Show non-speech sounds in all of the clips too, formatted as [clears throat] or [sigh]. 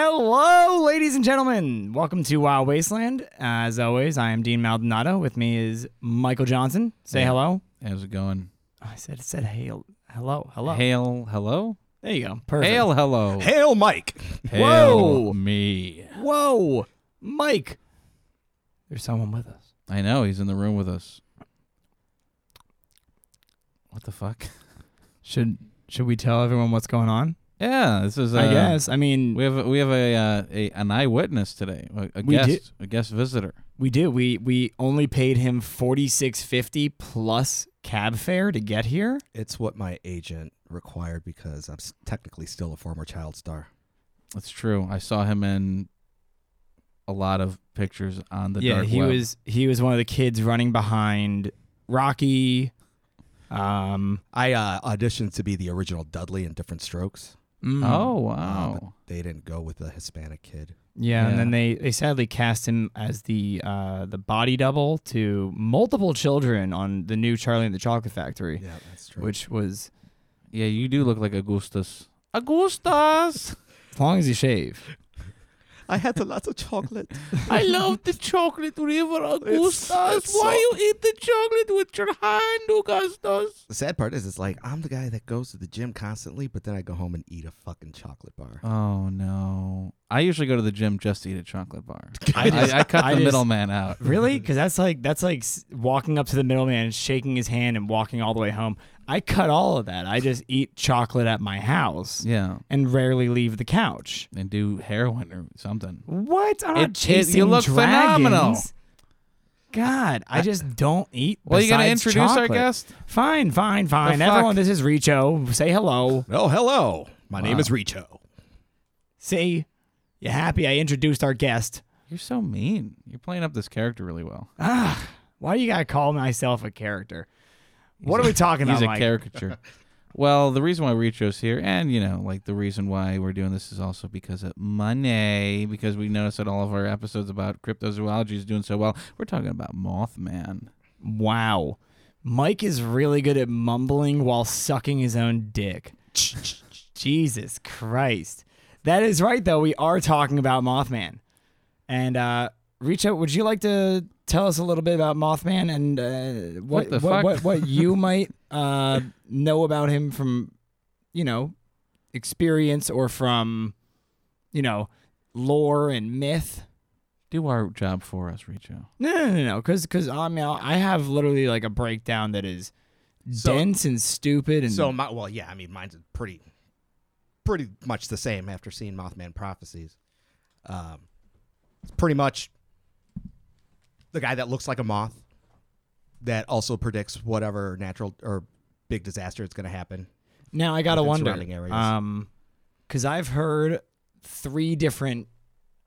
Hello, ladies and gentlemen. Welcome to Wild Wasteland. As always, I am Dean Maldonado. With me is Michael Johnson. Say Hey. hello. How's it going? Oh, I said it said hail. Hello, hello. Hail, hello? There you go. Perfect. Hail, hello. Hail Mike. Hail Whoa. me. Whoa, Mike. There's someone with us. I know, he's in the room with us. What the fuck? Should should we tell everyone what's going on? Yeah, this is. Uh, I guess. I mean, We we, have a, we have a, uh, a an eyewitness today, a, a We guest, do. a guest visitor. do. We we only paid him forty six fifty plus cab fare to get here. It's what my agent required because I'm s- technically still a former child star. That's true. I saw him in a lot of pictures on the yeah, dark he web. was he was one of the kids running behind Rocky. Um. I uh, auditioned to be the original Dudley in Different Strokes. mm. Oh uh, wow! but they didn't go with the Hispanic kid. Yeah, and then Yeah. they, they sadly cast him as the uh, the body double to multiple children on the new Charlie and the Chocolate Factory, Yeah, that's true. which was yeah, you do look like Augustus. Augustus, as long as you [laughs] shave. I had a lot of chocolate. [laughs] I love the chocolate river, Augustus. it's Why so- you eat the chocolate with your hand, Augustus? the sad part is, it's like I'm the guy that goes to the gym constantly, but then I go home and eat a fucking chocolate bar. Oh no! I usually go to the gym just to eat a chocolate bar. I [laughs] I, just- I, cut I the just- middleman [laughs] out. Really? Because that's like that's like s- walking up to the middleman, and shaking his hand, and walking all the way home. I cut all of that. I just eat chocolate at my house Yeah, and rarely leave the couch. and do heroin or something. What? I'm not It- it- you chasing look dragons. phenomenal. God, I just don't eat. Well, you gonna besides introduce our chocolate. guest? Fine, fine, fine. fuck? Everyone, this is Richo. Say hello. Oh, hello. My name Wow. is Richo. See, you happy I introduced our guest? You're so mean. You're playing up this character really well. Ah, why do you gotta call myself a character? What are we talking about, He's a Mike? caricature. [laughs] well, the reason why Richo's here, and you know, like the reason why we're doing this is also because of money. Because we noticed that all of our episodes about cryptozoology is doing so well. We're talking about Mothman. wow, Mike is really good at mumbling while sucking his own dick. Jesus Christ, that is right though. We are talking about Mothman, and uh, Richo, would you like to tell us a little bit about Mothman and uh, what What the what, fuck? what what [laughs] you might uh, know about him from you know experience or from you know lore and myth? Do our job for us, Richo. No, no, no, no, because because I mean I have literally like a breakdown that is So- dense and stupid and So my well, yeah, I mean mine's pretty pretty much the same after seeing Mothman Prophecies. Um it's pretty much the guy that looks like a moth that also predicts whatever natural or big disaster is going to happen. Now I gotta within wonder, surrounding areas. um, because I've heard three different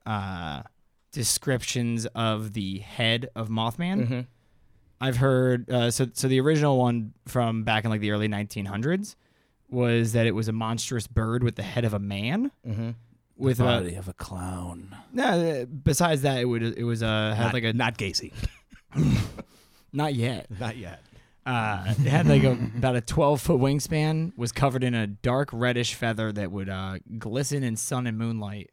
uh descriptions of the head of Mothman. Mm-hmm. I've heard uh, so so the original one from back in like the early 1900s was that it was a monstrous bird with the head of a man Mhm. with about of a clown. no. Besides that, it would it was uh, had Not, like a not Gacy. [laughs] not yet. Not yet. Uh, it had like a, about a 12 foot wingspan, was covered in a dark reddish feather that would uh, glisten in sun and moonlight.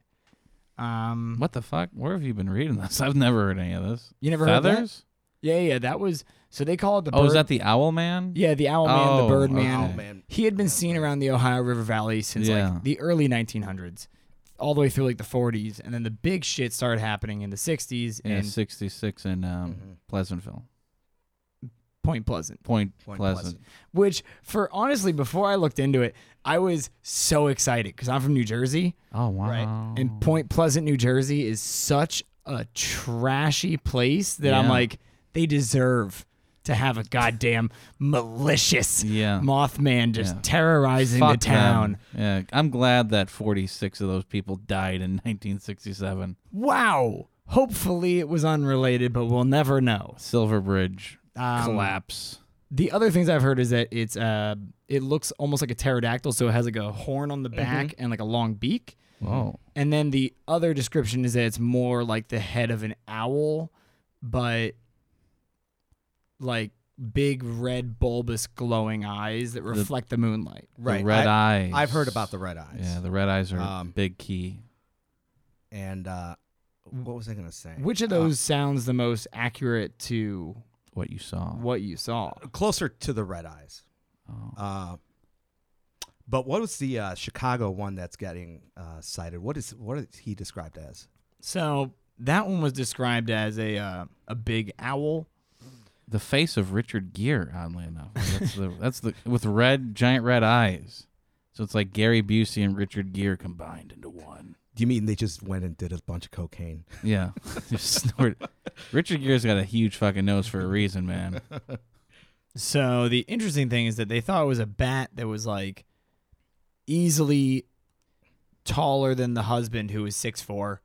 Um, What the fuck? Where have you been reading this? [laughs] I've never heard any of this. You never heard that? feathers? yeah, yeah, that was so they call it the. Oh, bird, is that the owl man? Yeah, the owl man, Oh, the bird man. okay. man. He had been seen around the Ohio River Valley since Yeah. like the early 1900s, all the way through like the 40s, and then the big shit started happening in the 60s Yeah, in 66 in um, Mm-hmm. Pleasantville. Point Pleasant. Point, Point Pleasant. Pleasant. Which, for honestly, before I looked into it, I was so excited because I'm from New Jersey. Oh, wow. And Point Pleasant, New Jersey is such a trashy place that I'm Yeah. like, they deserve to have a goddamn malicious Yeah. Mothman just Yeah. terrorizing Fuck the town. them. Yeah, I'm glad that 46 of those people died in [laughs] 1967. Wow. Hopefully it was unrelated, but we'll never know. Silver Bridge Um, collapse. The other things I've heard is that it's uh, it looks almost like a pterodactyl, so it has like a horn on the Mm-hmm. back and like a long beak. Whoa. And then the other description is that it's more like the head of an owl, but like big red bulbous glowing eyes that reflect the, moonlight. Right. The red I, eyes. I've heard about the red eyes. Yeah, the red eyes are a Um, big key. And uh, what was I going to say? Which of Uh, those sounds the most accurate to What you saw. what you saw? Uh, closer to the red eyes. Oh. Uh, but what was the uh, Chicago one that's getting uh, cited? What is what is he described as? So that one was described as a uh, a big owl. The face of Richard Gere, oddly enough. That's the [laughs] that's the with red giant red eyes. So it's like Gary Busey and Richard Gere combined into one. Do you mean they just went and did a bunch of cocaine? Yeah. [laughs] Just snort. Richard Gere's got a huge fucking nose for a reason, man. So the interesting thing is that they thought it was a bat that was like easily taller than the husband who was six four,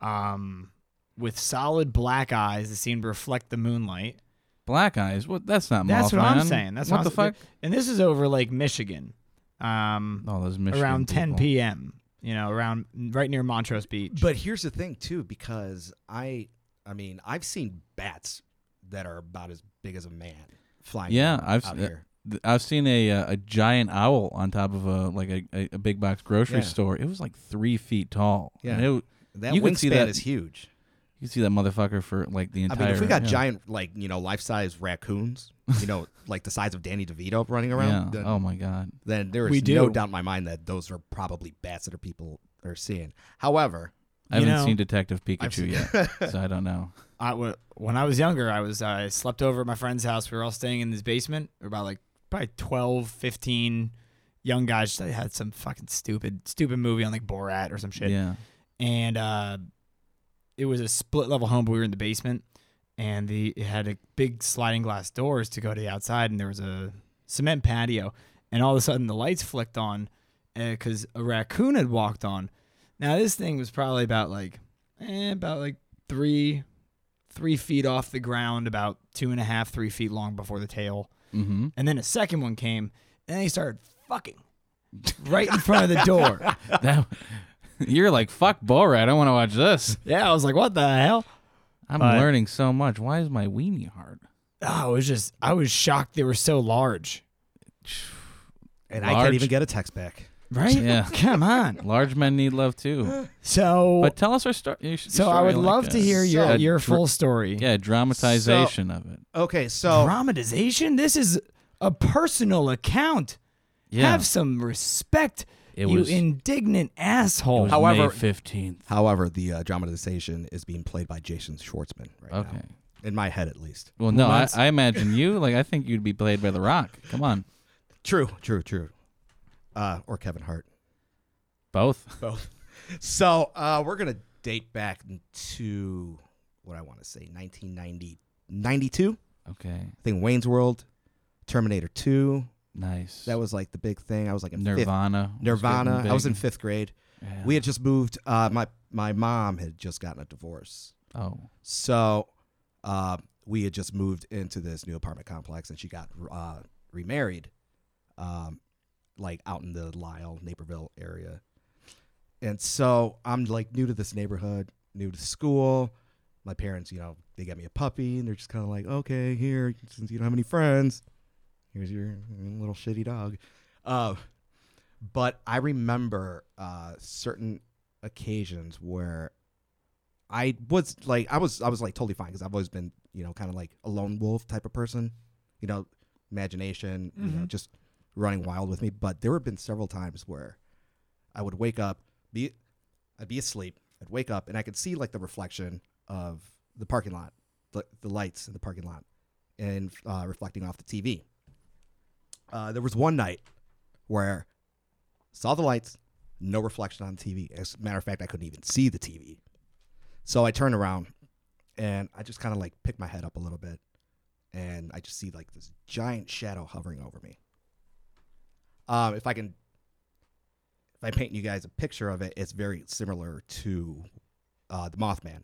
um, with solid black eyes that seemed to reflect the moonlight. Black eyes. What that's not That's what I'm Mothman. saying. That's what what the I'm- fuck? And this is over Lake Michigan, um, All those Michigan around 10 people. p.m. You know, around right near Montrose Beach. But here's the thing too, because I I mean I've seen bats that are about as big as a man flying. Yeah, around I've out seen here. th- I've seen a uh, a giant owl on top of a like a, a, a big box grocery Yeah. store. It was like three feet tall. Yeah. And it, you That You wingspan could see that- is huge. can see that motherfucker for like the I entire. mean, if we got yeah. giant like you know life size raccoons, [laughs] you know like the size of Danny DeVito running yeah. around, then, oh my god, then there We is do. no doubt in my mind that those are probably bats that are people are seeing. However, I You haven't know- seen Detective I've Pikachu seen- [laughs] yet, so I don't know. I w- when I was younger, I was I slept over at my friend's house. We were all staying in his basement. We were about like probably 12, 15 young guys. Just had some fucking stupid stupid movie on like Borat or some shit. Yeah, And uh, it was a split level home, but we were in the basement, and the it had a big sliding glass doors to go to the outside, and there was a cement patio, and all of a sudden the lights flicked on because a raccoon had walked on. Now this thing was probably about like eh, about like three three feet off the ground, about two and a half, three feet long before the tail. [laughs] mm-hmm. And then a second one came, and they started fucking right in front of the door. that, [laughs] you're like fuck Borat. I want to watch this. Yeah, I was like, what the hell? I'm But- learning so much. Why is my weenie hard? Oh, I was just, I was shocked they were so large. and I can't Large. even get a text back. [laughs] Right? Yeah. Come on. Large men need love [gasps] too. So, But tell us our sto- your s- so story. I would like love a- to hear your So- your a full story. yeah dramatization of it. Okay, Oh. so Dramatization. This is a personal account. Yeah, Have some respect, it you was. indignant it asshole. was However- May fifteenth. however, the uh, dramatization is being played by Jason Schwartzman right Okay. now, in my head at least. Well, no, I, Once- I imagine you. Like, I think you'd be played by The Rock. Come on, True, true, true. Uh, or Kevin Hart. both. [laughs] both. So uh, we're gonna date back to what I want to say 1990, 92. Okay, I think Wayne's World, Terminator 2. nice. That was like the big thing. I was like in Fifth, Nirvana. was Nirvana. getting I was in big. fifth grade. Yeah. We had just moved. Uh, my my mom had just gotten a divorce, oh, so uh, we had just moved into this new apartment complex, and she got uh, remarried, um, like out in the Lyle Naperville area. And so I'm like new to this neighborhood, new to school. My parents, you know, they got me a puppy, and they're just kind of like, okay, here, since you don't have any friends, here's your little shitty dog. Uh, but I remember uh, certain occasions where I was like, I was, I was like totally fine because I've always been, you know, kind of like a lone wolf type of person, you know, imagination, you know, just running wild with me. But there have been several times where I would wake up, be, I'd be asleep, I'd wake up, and I could see like the reflection of the parking lot, the, the lights in the parking lot, and uh, reflecting off the TV. Uh, there was one night where saw the lights, no reflection on the TV. As a matter of fact, I couldn't even see the TV. So I turned around and I just kind of like picked my head up a little bit and I just see like this giant shadow hovering over me. Um, if I can, if I paint you guys a picture of it, it's very similar to uh, the Mothman,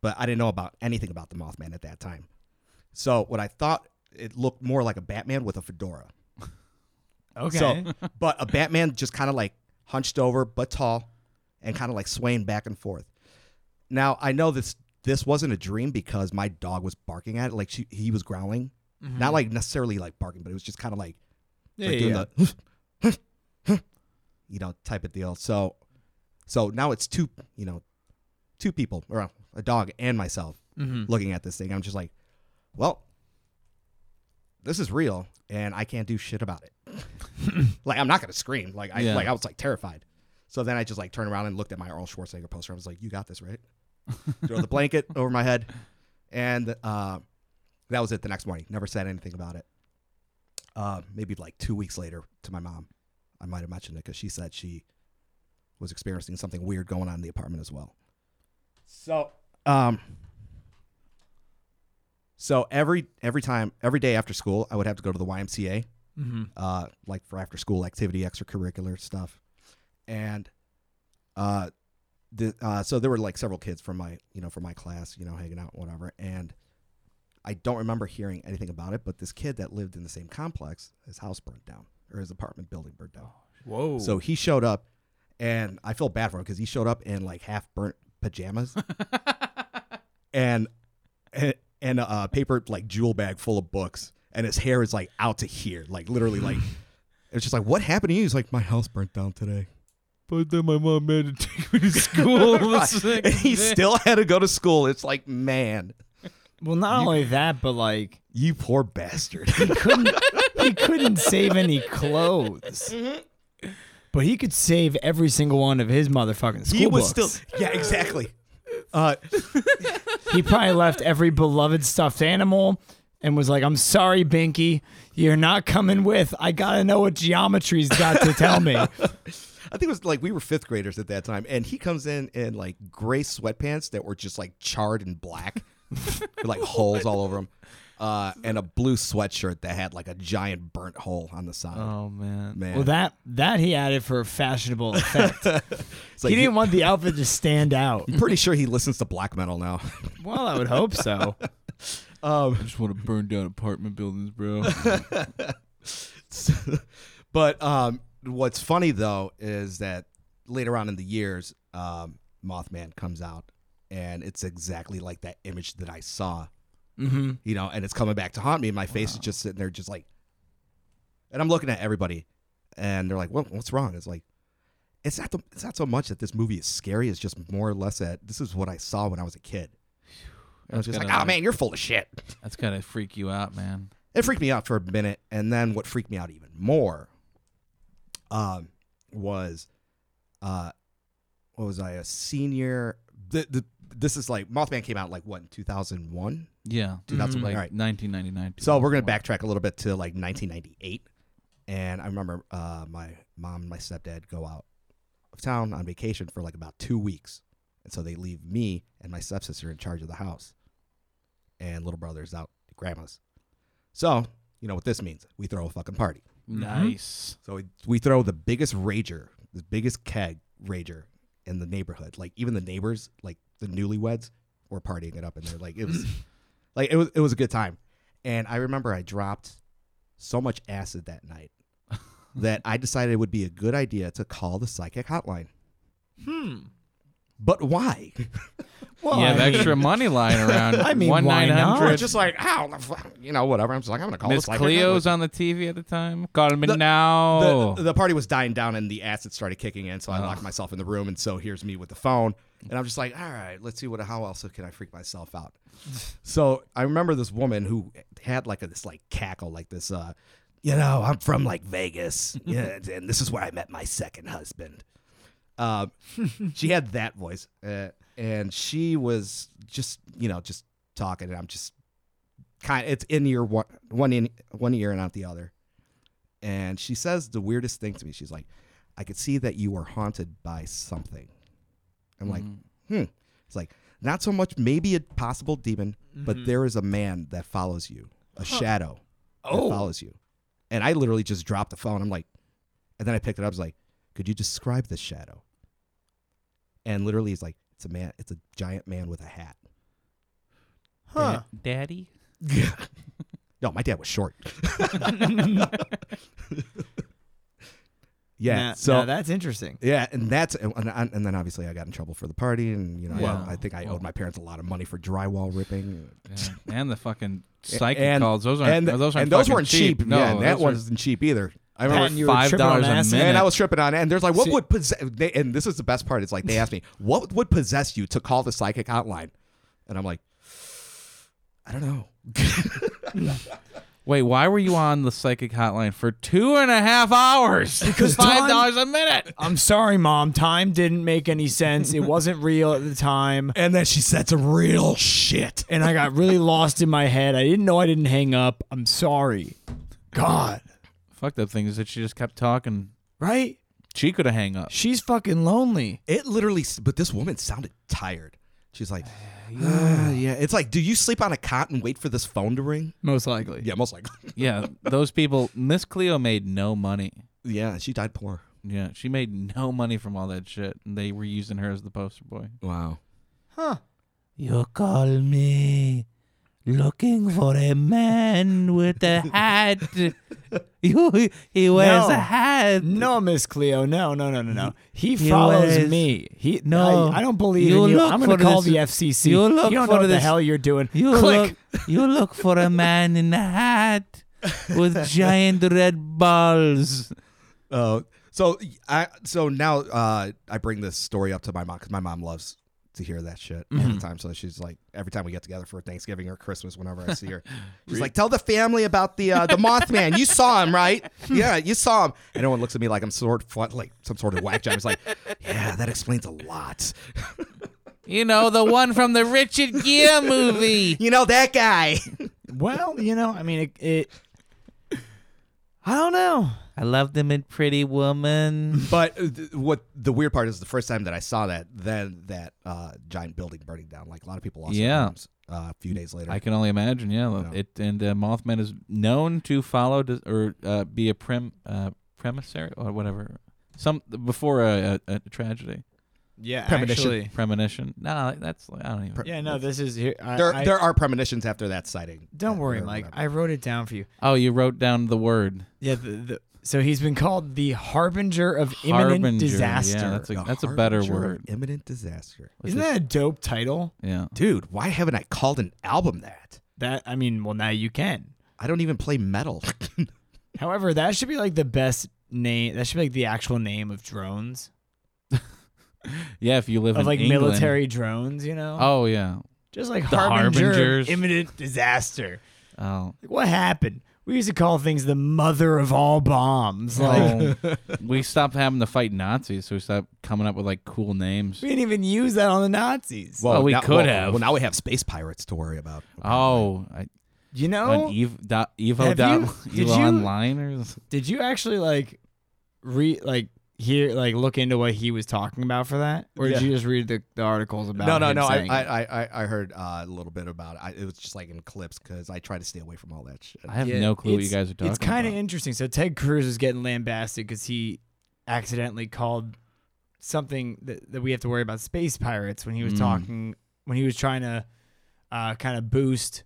but I didn't know about anything about the Mothman at that time. So what I thought it looked more like a Batman with a fedora. okay. So, [laughs] but a Batman just kind of like hunched over, but tall, and kind of like swaying back and forth. Now I know this this wasn't a dream because my dog was barking at it, like she, he was growling, not like necessarily like barking, but it was just kind of like Mm-hmm. yeah, like yeah, doing yeah. the [laughs] you know type of deal. So so now it's two you know two people, or uh, a dog and myself, looking at this thing. I'm just like, well, this is real, and I can't do shit about it. like I'm not gonna scream. Like I Yeah. like I was like terrified. So then I just like turned around and looked at my Arnold Schwarzenegger poster. I was like, you got this, right? Throw the blanket over my head, and uh, that was it. The next morning, never said anything about it. Uh, maybe like two weeks later, to my mom, I might have mentioned it because she said she was experiencing something weird going on in the apartment as well. So, um, so every every time every day after school, I would have to go to the YMCA, Mm-hmm. uh, like for after school activity, extracurricular stuff, and uh, the uh, so there were like several kids from my you know from my class, you know, hanging out, whatever, and. I don't remember hearing anything about it, but this kid that lived in the same complex, his house burned down or his apartment building burned down. Whoa. So he showed up, and I feel bad for him because he showed up in like half burnt [laughs] pajamas, and and, and a, uh, paper like jewel bag full of books, and his hair is like out to here, like literally [sighs] like it's just like what happened to you? He's like my house burnt down today. But then my mom had to take me [laughs] [laughs] to school. This [laughs] and thing- [laughs] [laughs] he still had to go to school. It's like man, well, not only that, but like you poor [laughs] bastard. he couldn't he couldn't save any clothes. But he could save every single one of his motherfucking school he was books. still yeah exactly. [laughs] Uh, he probably left every beloved stuffed animal and was like, "I'm sorry, Binky, you're not coming with. I gotta know what geometry's got to tell me." I think it was like we were fifth graders at that time, and he comes in in like gray sweatpants that were just like charred [laughs] and black, with Oh like holes all over him, uh, and a blue sweatshirt that had like a giant burnt hole on the side. oh man. Man, well, that that he added for fashionable effect. It's like he didn't want the outfit to stand out. I'm pretty sure he listens to black metal now. Well, I would hope so. Oh, I just want to burn down apartment buildings, [laughs] bro. but um, what's funny though is that later on in the years, um, Mothman comes out, and it's exactly like that image that I saw. Mm-hmm. You know, and it's coming back to haunt me. And my face is just sitting there, just like, and I'm looking at everybody, and they're like, "Well, what's wrong?" It's like, it's not the, it's not so much that this movie is scary. It's just more or less that this is what I saw when I was a kid. I That's was just like, gotta- "Oh man, you're full of shit." That's gotta freak you out, man. it freaked me out for a minute and then what freaked me out even more um was uh what was i a senior the, the this is like mothman came out like what in 2001 Yeah. that's like all right. 1999. so we're gonna 2001. backtrack a little bit to like 1998 and i remember uh my mom and my stepdad go out of town on vacation for like about two weeks and so they leave me and my stepsister in charge of the house and little brother's out at grandma's so you know what this means we throw a fucking party Nice. so we, we throw the biggest rager, the biggest keg rager in the neighborhood. Like even the neighbors, like the newlyweds, were partying it up, and they're like [laughs] it was, like it was it was a good time. And I remember I dropped so much acid that [laughs] night that I decided it would be a good idea to call the psychic hotline. Hmm. But why? Well, Mm-hmm. you I have mean, extra money lying [laughs] around. I mean, one why nine not? Or hundred. just like how the fuck- you know whatever. I'm just like I'm gonna call Miss the psychic Cleo's hotline. on the TV at the time. Call me The- now. the, the party was dying down and the acid started kicking in, so I Oh. locked myself in the room. And so here's me with the phone, and I'm just like, all right, let's see what how else can I freak myself out. so I remember this woman who had like a, this like cackle, like this, uh, you know, I'm from like Vegas, yeah, and- and this is where I met my second husband. Uh, she had that voice, uh, and she was just you know just talking, and I'm just kind. It's in your one one in one ear and out the other and she says the weirdest thing to me. She's like, "I could see that you were haunted by something." I'm like, "Hmm." It's like not so much maybe a possible demon, but there is a man that follows you, a shadow Oh. that follows you. And I literally just dropped the phone. I'm like, and then I picked it up. I was like, "Could you describe this shadow?" And literally, he's like, "It's a man. It's a giant man with a hat." Huh. Daddy. [laughs] No, my dad was short. yeah. Now- so now that's interesting. Yeah, and that's and, and, and then obviously I got in trouble for the party, and you know, I- Well, I, think I well. owed my parents a lot of money for drywall ripping. and the fucking psychic and, calls. Those aren't. and, those aren't. and those fucking weren't cheap. No, yeah, and that those are- wasn't cheap either. I remember Patton, you were five tripping on dollars a acid. minute. Man, And I was tripping on it. And there's like, what See- would possess? They, and this is the best part. It's like they asked me, [laughs] what would possess you to call the psychic hotline? And I'm like, I don't know. Wait, why were you on the psychic hotline for two and a half [laughs] hours? Because Don- [laughs] five dollars a minute. I'm sorry, mom. Time didn't make any sense. It wasn't real at the time. And then she said some real shit. And I got really lost in my head. I didn't know I didn't hang up. I'm sorry. God. Fucked up thing is that she just kept talking. Right? She could have hang up. She's fucking lonely. It literally, s- but this woman sounded tired. She's like, "Ah, yeah. It's like, do you sleep on a cot and wait for this phone to ring? Most likely. Yeah, most likely. Yeah, those people. Miss Cleo made no money. [laughs] yeah, she died poor. Yeah, she made no money from all that shit, and they were using her as the poster boy. Wow. Huh. You call me looking for a man [laughs] with a hat. you, he wears a hat. No, Miss Cleo. No, no, no, no, no. He follows was- me. He No. I, I don't believe You in you. look I'm gonna for call this- the FCC. you look don't for know what the this- hell you're doing. You Click. look. You look for a man in a hat [laughs] with giant red balls. Uh, so I so now uh, I bring this story up to my mom because my mom loves to hear that shit Mm-hmm. every time. So she's like, every time we get together for Thanksgiving or Christmas, whenever I [laughs] see her, she's like, "Tell the family about the uh, the Mothman. You saw [laughs] him, right? Yeah, you saw him." And everyone looks at me like I'm sort of fun- like some sort of whack job. It's like, yeah, that explains a lot. You know the one from the Richard Gere movie. [laughs] You know that guy. Well, you know, I mean, it. it I don't know. I loved him in Pretty Woman. But uh, th- what the weird part is the first time that I saw that, then that uh, giant building burning down. Like a lot of people lost Yeah. their homes uh, a few days later. I can only imagine. Yeah, Yeah. it and uh, Mothman is known to follow dis- or uh, be a prem uh, premissory or whatever. Some before a, a, a tragedy, Yeah, Premonition. actually. premonition. No, that's I don't even. Yeah, no, this is here. I, there, I- there are premonitions after that sighting. don't worry, Or Mike. whatever. I wrote it down for you. Oh, you wrote down the word Yeah. The, the, so he's been called the harbinger of imminent Harbinger. disaster. Yeah, that's a The that's a better harbinger of word. Imminent disaster. Isn't that a dope title? Yeah. Dude, why haven't I called an album that? That I mean, well, now you can. I don't even play [laughs] metal. However, that should be like the best name. That should be like the actual name of drones, Yeah, if you live of in like England. military drones. You know, Oh yeah. just like the harbinger harbingers. of imminent disaster. Oh. Like, what happened? We used to call things the mother of all bombs. [laughs] Like Oh. we stopped having to fight Nazis, so we stopped coming up with like cool names. we didn't even use that on the Nazis. Well, we could well, have. Well, now we have space pirates to worry about. Oh, I, you on E- know, Ev, dot, Evo Oh. Have dot, you- [laughs] did Evo you- online or s- did you actually like re like hear like look into what he was talking about for that, or did Yeah. you just read the, the articles about? No, no, him no. I, saying I, it? I- I, I heard uh, a little bit about it. I, it was just like in clips because I try to stay away from all that shit. I have Yeah, no clue what you it's- guys are talking It's kind of about. interesting. So Ted Cruz is getting lambasted because he accidentally called something that, that we have to worry about space pirates when he was Mm. talking when he was trying to uh, kind of boost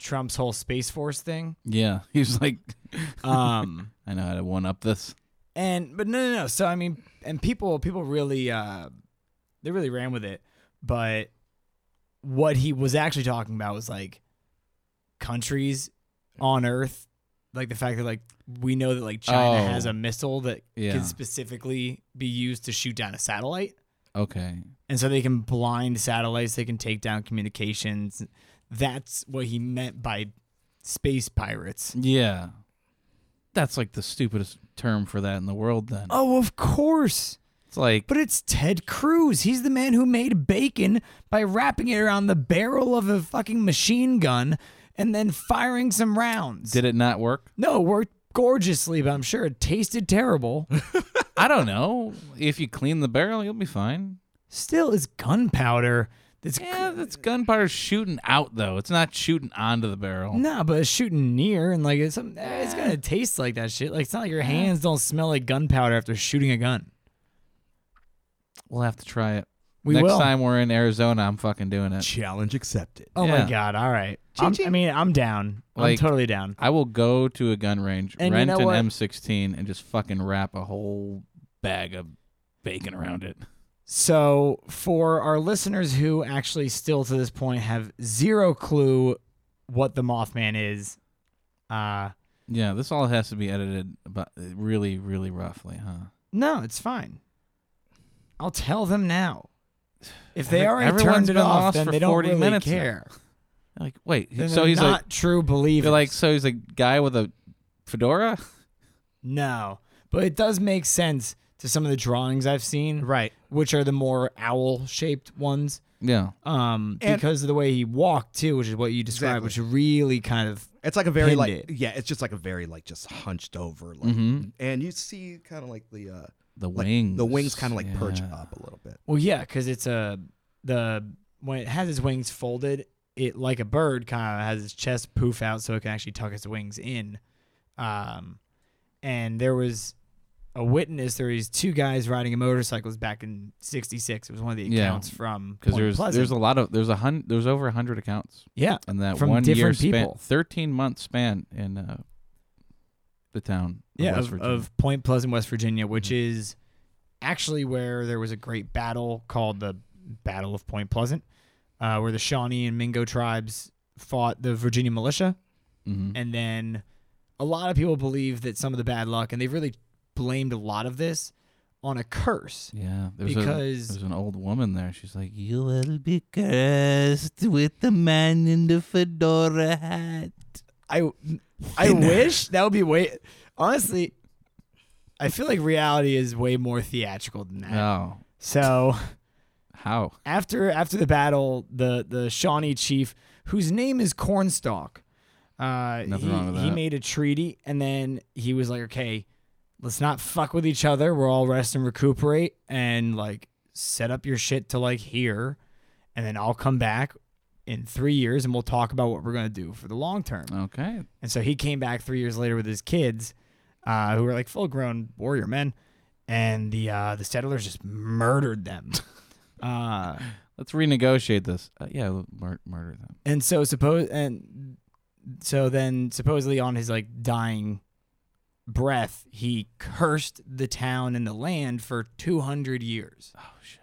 Trump's whole space force thing. Yeah, [laughs] he's like, [laughs] Um, I know how to one up this. and but no, no, no. So I mean, and people, people really, uh, they really ran with it. But what he was actually talking about was like countries on Earth, like the fact that like we know that like China Oh. has a missile that Yeah. can specifically be used to shoot down a satellite, Okay. and so they can blind satellites, they can take down communications. That's what he meant by space pirates. Yeah. That's like the stupidest term for that in the world, then. Oh, of course. It's like, But it's Ted Cruz. He's the man who made bacon by wrapping it around the barrel of a fucking machine gun and then firing some rounds. did it not work? no, it worked gorgeously, but I'm sure it tasted [laughs] terrible. I don't know. If you clean the barrel, you'll be fine. Still, it's gunpowder. It's Yeah, that's gunpowder shooting out, though. It's not shooting onto the barrel. nah, but it's shooting near and like it's some, eh, it's gonna taste like that shit. Like it's not like your hands don't smell like gunpowder after shooting a gun. We'll have to try it. We Next will. time we're in Arizona, I'm fucking doing it. Challenge accepted. Oh Yeah. my god! All right. Ching, I'm- I ching. mean, I'm down. I'm Like- totally down. I will go to a gun range, And you rent know what? an M16, and just fucking wrap a whole bag of bacon around it. So, for our listeners who actually still to this point have zero clue what the Mothman is, uh, Yeah, this all has to be edited about really, really roughly, huh? No, it's fine. I'll tell them now. If they Every- already everyone's turned it been off, lost then for they don't 40 really minutes now. care. Like, wait, he- Then so they're he's not like, true believers. you're like, so he's a guy with a fedora. no, but it does make sense to some of the drawings I've seen, Right. which are the more owl-shaped ones, Yeah, um, And- because of the way he walked too, which is what you described, Exactly. which really kind of It's like a very Pinned like it. yeah, it's just like a very like just hunched over like Mhm. and you see kind of like the uh the like wings. the wings kind of like perch Yeah. up a little bit. Well, yeah, because it's a the when it has its wings folded, it like a bird kind of has its chest poof out so it can actually tuck its wings in. Um, and there was a witness. There was two guys riding motorcycles back in '66. It was one of the Yeah. accounts from Because Point there's Pleasant. there's a lot of there's a hun there's over a hundred accounts yeah, in that From one year different span, people. thirteen month span in uh, the town. Of yeah West of, Virginia. Mm-hmm. of Point Pleasant, West Virginia, which is actually where there was a great battle called the Battle of Point Pleasant, uh, where the Shawnee and Mingo tribes fought the Virginia militia. Mhm. and then a lot of people believe that some of the bad luck and they've really blamed a lot of this on a curse Yeah, there's a, because there's an old woman there. She's like, "You will be cursed with the man in the fedora hat." I [laughs] I wish that would be way honestly I feel like reality is way more theatrical than that. Oh, So how? after after the battle, the the Shawnee chief, whose name is Cornstalk, uh, Nothing he, wrong with he that. made a treaty, and then he was like, "Okay, let's not fuck with each other. We're all rest and recuperate, and like set up your shit to like here, and then I'll come back." In three years, and we'll talk about what we're gonna do for the long term. Okay, And so he came back three years later with his kids, uh, who were like full grown warrior men, and the uh, the settlers just murdered them. [laughs] Uh, let's renegotiate this. Uh, yeah, we'll mur- murder them. and so suppose and so then supposedly on his like dying breath he cursed the town and the land for 200 years Oh shit.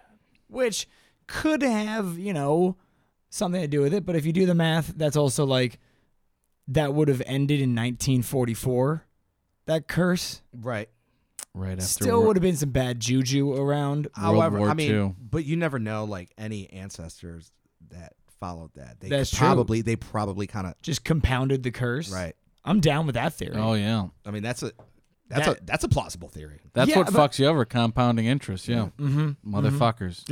which could have you know something to do with it but if you do the math that's also like that would have ended in 1944 that curse Right. Right after still War- would have been some bad juju around World However, War I mean, II. but you never know like any ancestors that followed that. They could That's true. probably they probably kind of just compounded the curse right. i'm down with that theory Oh yeah, I mean, that's a that's That- a that's a plausible theory. that's Yeah, what but- fucks you over. Compounding interest. Yeah, mm-hmm. motherfuckers.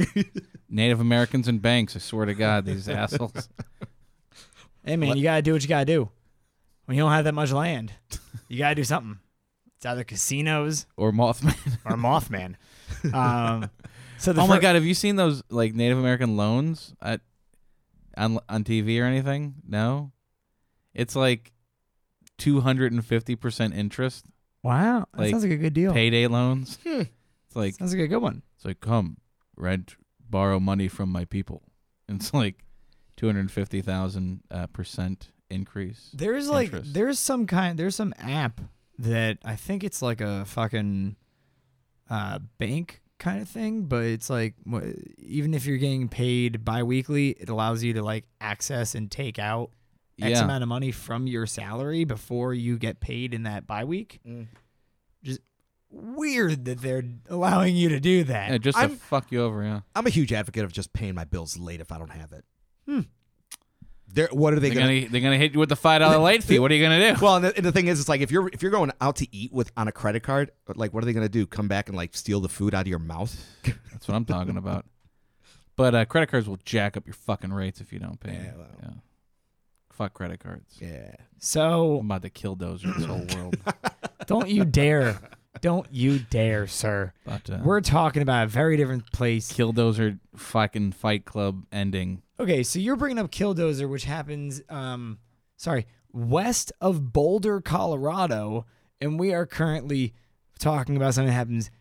[laughs] Native Americans and banks. I swear to God, these [laughs] assholes. Hey man, you gotta do what you gotta do. When you don't have that much land, you gotta do something. It's either casinos Or Mothman. or [laughs] Mothman. Um, so the oh my fir- God, have you seen those like Native American loans at on on TV or anything? No, it's like two hundred and fifty percent interest Wow, that Like, sounds like a good deal. payday loans. Hmm. It's like sounds like a good one. It's like, come, rent, borrow money from my people. [laughs] And it's like 250,000 uh, percent increase. There's like Interest. there's some kind there's some app that I think it's like a fucking uh, bank kind of thing, but it's like wh- even if you're getting paid biweekly, it allows you to like access and take out X yeah. amount of money from your salary before you get paid in that bye week. Mm. Just weird that they're allowing you to do that. Yeah, just I'm- to fuck you over, yeah. I'm a huge advocate of just paying my bills late if I don't have it. Hmm. There, what are they They're going to gonna they're gonna hit you with the five dollar late fee. What are you gonna do? Well, and the, and the thing is, it's like if you're if you're going out to eat with on a credit card, like what are they going to do? Come back and like steal the food out of your mouth? That's what I'm talking about. But uh, credit cards will jack up your fucking rates if you don't pay. Yeah, well. Yeah. Fuck credit cards. Yeah. I'm so about to kill dozer this whole world. [laughs] don't you [laughs] dare. Don't you dare, sir. But uh, We're talking about a very different place. killdozer fucking Fight Club ending. Okay, so you're bringing up Killdozer, which happens, um, sorry, west of Boulder, Colorado, and we are currently talking about something that happens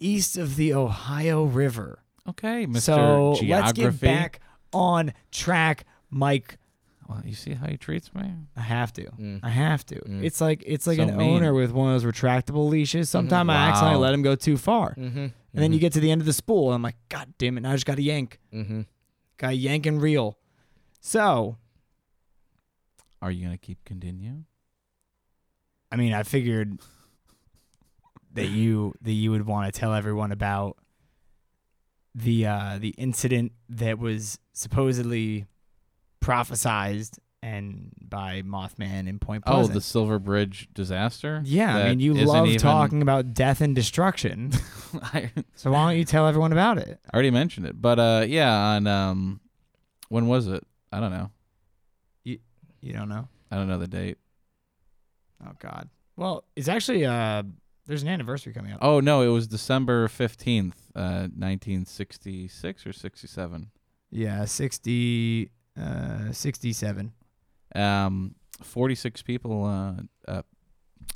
east of the Ohio River. Okay, Mr. So let's Geography. get back on track, Mike. Well, you see how he treats me. I have to. Mm. I have to. It's like it's like Mm. So an mean. Mm-hmm. owner with one of those retractable leashes. Sometimes I accidentally Wow. Mm-hmm. let him go too far, and then you get to the end of the spool, and I'm like, God damn it! Now I just got to yank. Mm-hmm. Got to yank and reel. So Are you gonna keep continue? I mean, I figured that you that you would want to tell everyone about the uh, the incident that was supposedly prophesized and by Mothman in Point Oh, Pleasant. the Silver Bridge disaster. yeah, I That mean, you isn't love even- talking about death and destruction, [laughs] I so why don't you tell everyone about it? already mentioned it, but uh, yeah. On um, when was it? I don't know. You don't know? I don't know the date. Oh God. Well, it's actually uh, there's an anniversary coming up. Oh no, it was December fifteenth, uh, nineteen sixty-six or sixty-seven. Yeah, 60, uh, 67. Um, forty-six people. Uh, uh,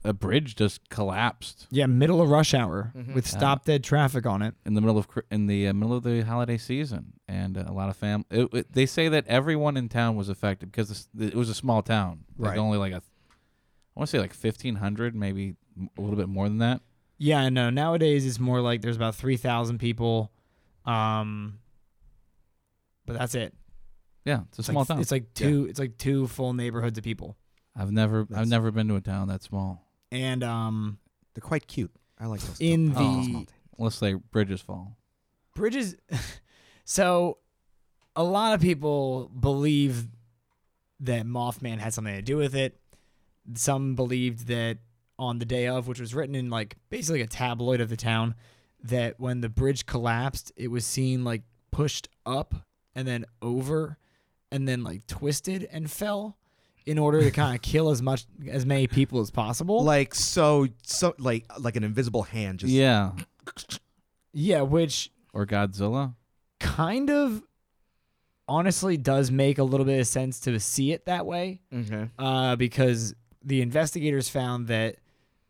a bridge just collapsed Yeah, middle of rush hour Mhm. with Uh, stop dead traffic on it. in the middle of cr- in the uh, middle of the holiday season, and uh, a lot of fam. It, it- they say that everyone in town was affected because this, it was a small town. Right. Like only like a, I want to say like fifteen hundred, maybe m- a little bit more than that. Yeah, I know. Nowadays it's more like there's about 3,000 people. Um but that's it. Yeah, it's a It's small like, town. It's like Yeah. two it's like two full neighborhoods of people. I've never I've That's- never been to a town that small And um They're quite cute. I like those. In I like those the- small towns. unless they bridges fall. bridges [laughs] so a lot of people believe that Mothman had something to do with it. Some believed that on the day of, which was written in like basically a tabloid of the town, that when the bridge collapsed, it was seen like pushed up and then over and then like twisted and fell in order to kind of kill as much as many people as possible. like so so like like an invisible hand just yeah, yeah, which or Godzilla. kind of honestly does make a little bit of sense to see it that way Okay. uh, because the investigators found that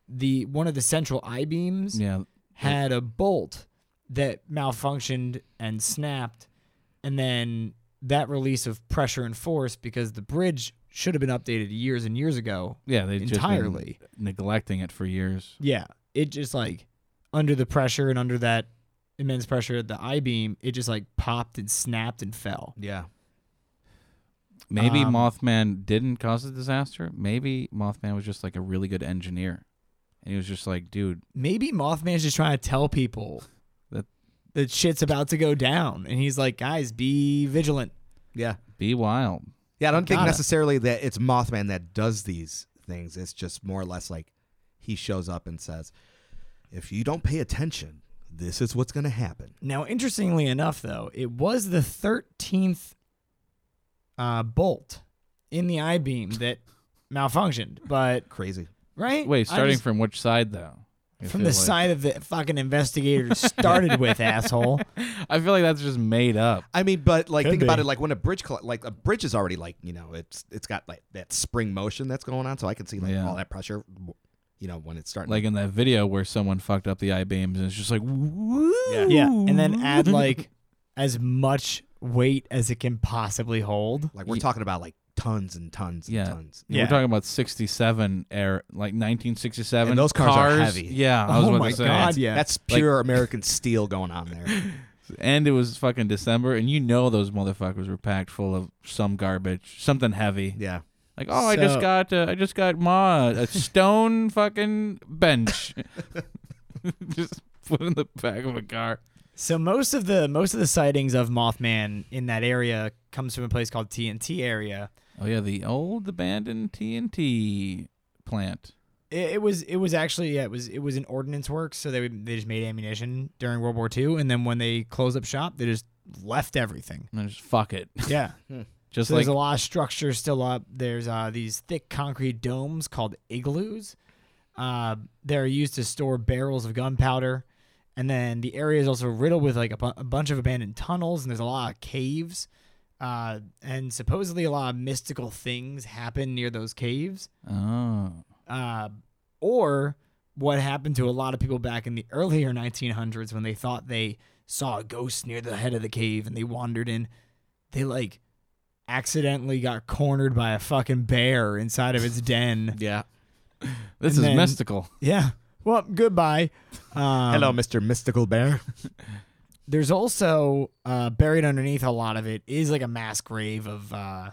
the one of the central I beams Yeah, had a bolt that malfunctioned and snapped, and then that release of pressure and force because the bridge should have been updated years and years ago yeah, they just been entirely. neglecting it for years. Yeah, it just like under the pressure and under that immense pressure of the I beam, it just like popped and snapped and fell. Yeah. Maybe Um, Mothman didn't cause the disaster. Maybe Mothman was just like a really good engineer, and he was just like, dude, maybe Mothman's just trying to tell people that That- that shit's about to go down, and he's like, guys, be vigilant. Yeah. be wild. Yeah, I don't think Gotta. necessarily that it's Mothman that does these things. It's just more or less like he shows up and says, "If you don't pay attention, this is what's going to happen." Now, interestingly enough, though, it was the thirteenth uh, bolt in the I beam that malfunctioned, but Crazy. right? Wait, I starting just- from which side though? I from feel the like- side of the fucking investigators started with, asshole. [laughs] I feel like that's just made up. I mean, but like Could think about be. it like when a bridge colla- like a bridge is already like, you know, it's it's got like that spring motion that's going on, so I can see like Yeah. all that pressure you know when it's starting. Like in that video where someone fucked up the I beams, and it's just like, woo. Yeah. yeah, and then add [laughs] like as much weight as it can possibly hold. like we're talking about like tons and tons and Yeah. tons. Yeah, Yeah. We're talking about '67 era, like 1967. And those cars are heavy. Yeah, I was Oh about my to say. God, yeah. That's Like- pure American steel going on there. And it was fucking December, and you know those motherfuckers were packed full of some garbage, something heavy. Yeah. Like, oh, I just So- got, uh, I just got [laughs] ma a stone fucking bench, [laughs] just put in the back of a car. So most of the most of the sightings of Mothman in that area comes from a place called TNT area. Oh yeah, the old abandoned TNT plant. It, it was it was actually yeah, it was it was an ordnance works, so they would, they just made ammunition during World War II, and then when they closed up shop, they just left everything. And I just [laughs] fuck it, Yeah, just so like there's a lot of structure still up. There's uh, these thick concrete domes called igloos. Uh, they're used to store barrels of gunpowder, and then the area is also riddled with like a, bu- a bunch of abandoned tunnels, and there's a lot of caves, uh, and supposedly a lot of mystical things happen near those caves. oh, Uh, or what happened to a lot of people back in the earlier 1900s when they thought they saw a ghost near the head of the cave and they wandered in. They like accidentally got cornered by a fucking bear inside [laughs] of its den. Yeah. this is And then- mystical. Yeah. Well, goodbye. Um, Hello, Mr. Mystical Bear. There's also uh, buried underneath a lot of it is like a mass grave of uh,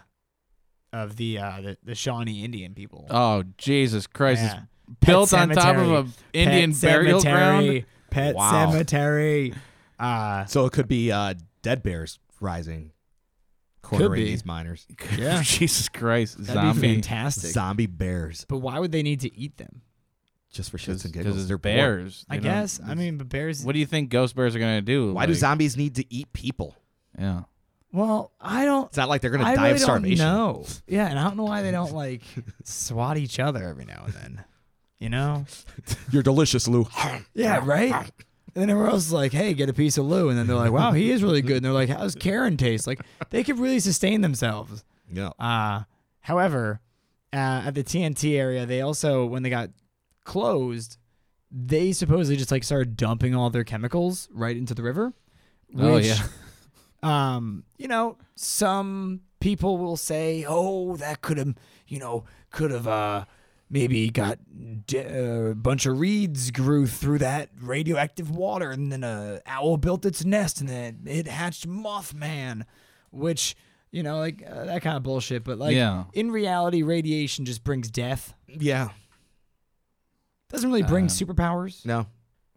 of the, uh, the the Shawnee Indian people. Oh Jesus Christ! Yeah. It's built cemetery. on top of an Pet Indian burial cemetery. [laughs] ground. Pet Wow. cemetery. Uh, So it could be uh, dead bears rising, be. cornering these miners. Yeah. Jesus Christ, that'd be zombie. fantastic. Zombie bears, but why would they need to eat them? just for shits and giggles. Because They're they're bored. bears. I They don't- guess. I mean, but bears. What do you think ghost bears are gonna do? Why do Like, zombies need to eat people? Yeah. Well, I don't. It's not like they're gonna I die really of starvation. Don't know. Yeah, and I don't know why they don't like swat each other every now and then. You know? You're delicious, Lou. [laughs] Yeah, right. And then everyone else is like, "Hey, get a piece of Lou," and then they're like, "Wow, he is really good." And they're like, "How's Karen taste?" Like, they could really sustain themselves. yeah. Uh, however, uh, at the TNT area, they also when they got closed, they supposedly just like started dumping all their chemicals right into the river. oh which, yeah. um, you know, some people will say, "Oh, that could have, you know, could have uh maybe got d- uh, a bunch of reeds grew through that radioactive water and then a owl built its nest and then it hatched Mothman," which, you know, like uh, that kind of bullshit, but like Yeah. in reality radiation just brings death. Yeah. Doesn't really bring Um, superpowers. No.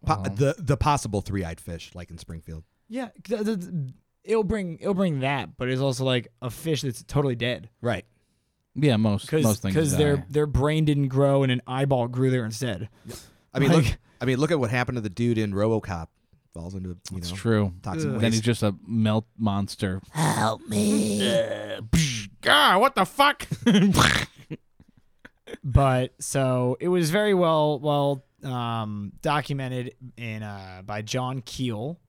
Po- Well. the the possible three eyed fish, like in Springfield. Yeah, th- th- th- it'll bring it'll bring that, but it's also like a fish that's totally dead. Right. Yeah, most because most things. because die. their their brain didn't grow and an eyeball grew there instead. I mean, Like- [laughs] look. I mean, look at what happened to the dude in RoboCop. Falls into you It's know true. toxic Then he's waste. just a melt monster. Help me! [laughs] ah, God, what the fuck? But so it was very well well um, documented in uh, by John Keel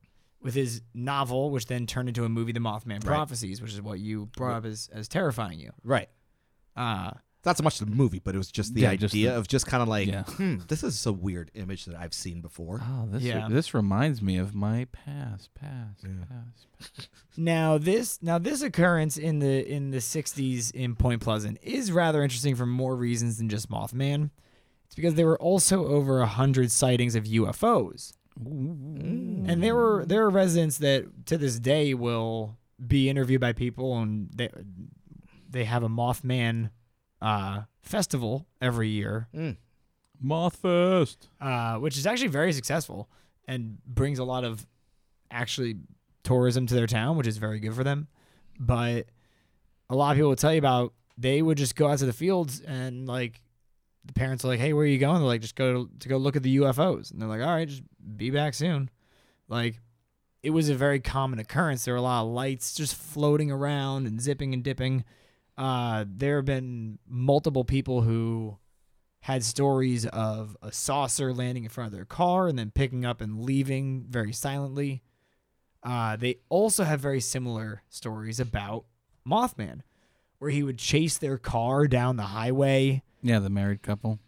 with his novel, which then turned into a movie, The Mothman Prophecies, which is what you brought up as as terrifying you. Right. Uh, Not so much the movie, but it was just the Yeah, idea just the- of just kind of like, Yeah. hmm, this is a weird image that I've seen before. oh, this Yeah. this reminds me of my past, past, past. Now this now this occurrence in the in the 60s in Point Pleasant is rather interesting for more reasons than just Mothman. It's because there were also over 100 sightings of UFOs. And there were there are residents that to this day will be interviewed by people and they they have a Mothman uh, festival every year, Mothfest. uh, which is actually very successful and brings a lot of actually tourism to their town, which is very good for them. But a lot of people would tell you about they would just go out to the fields and like the parents are like, "Hey, where are you going?" They're like, "Just go to, to go look at the UFOs," and they're like, "All right, just be back soon." Like it was a very common occurrence. There were a lot of lights just floating around and zipping and dipping. Uh, there have been multiple people who had stories of a saucer landing in front of their car and then picking up and leaving very silently. Uh, they also have very similar stories about Mothman, where he would chase their car down the highway. Yeah, the married couple.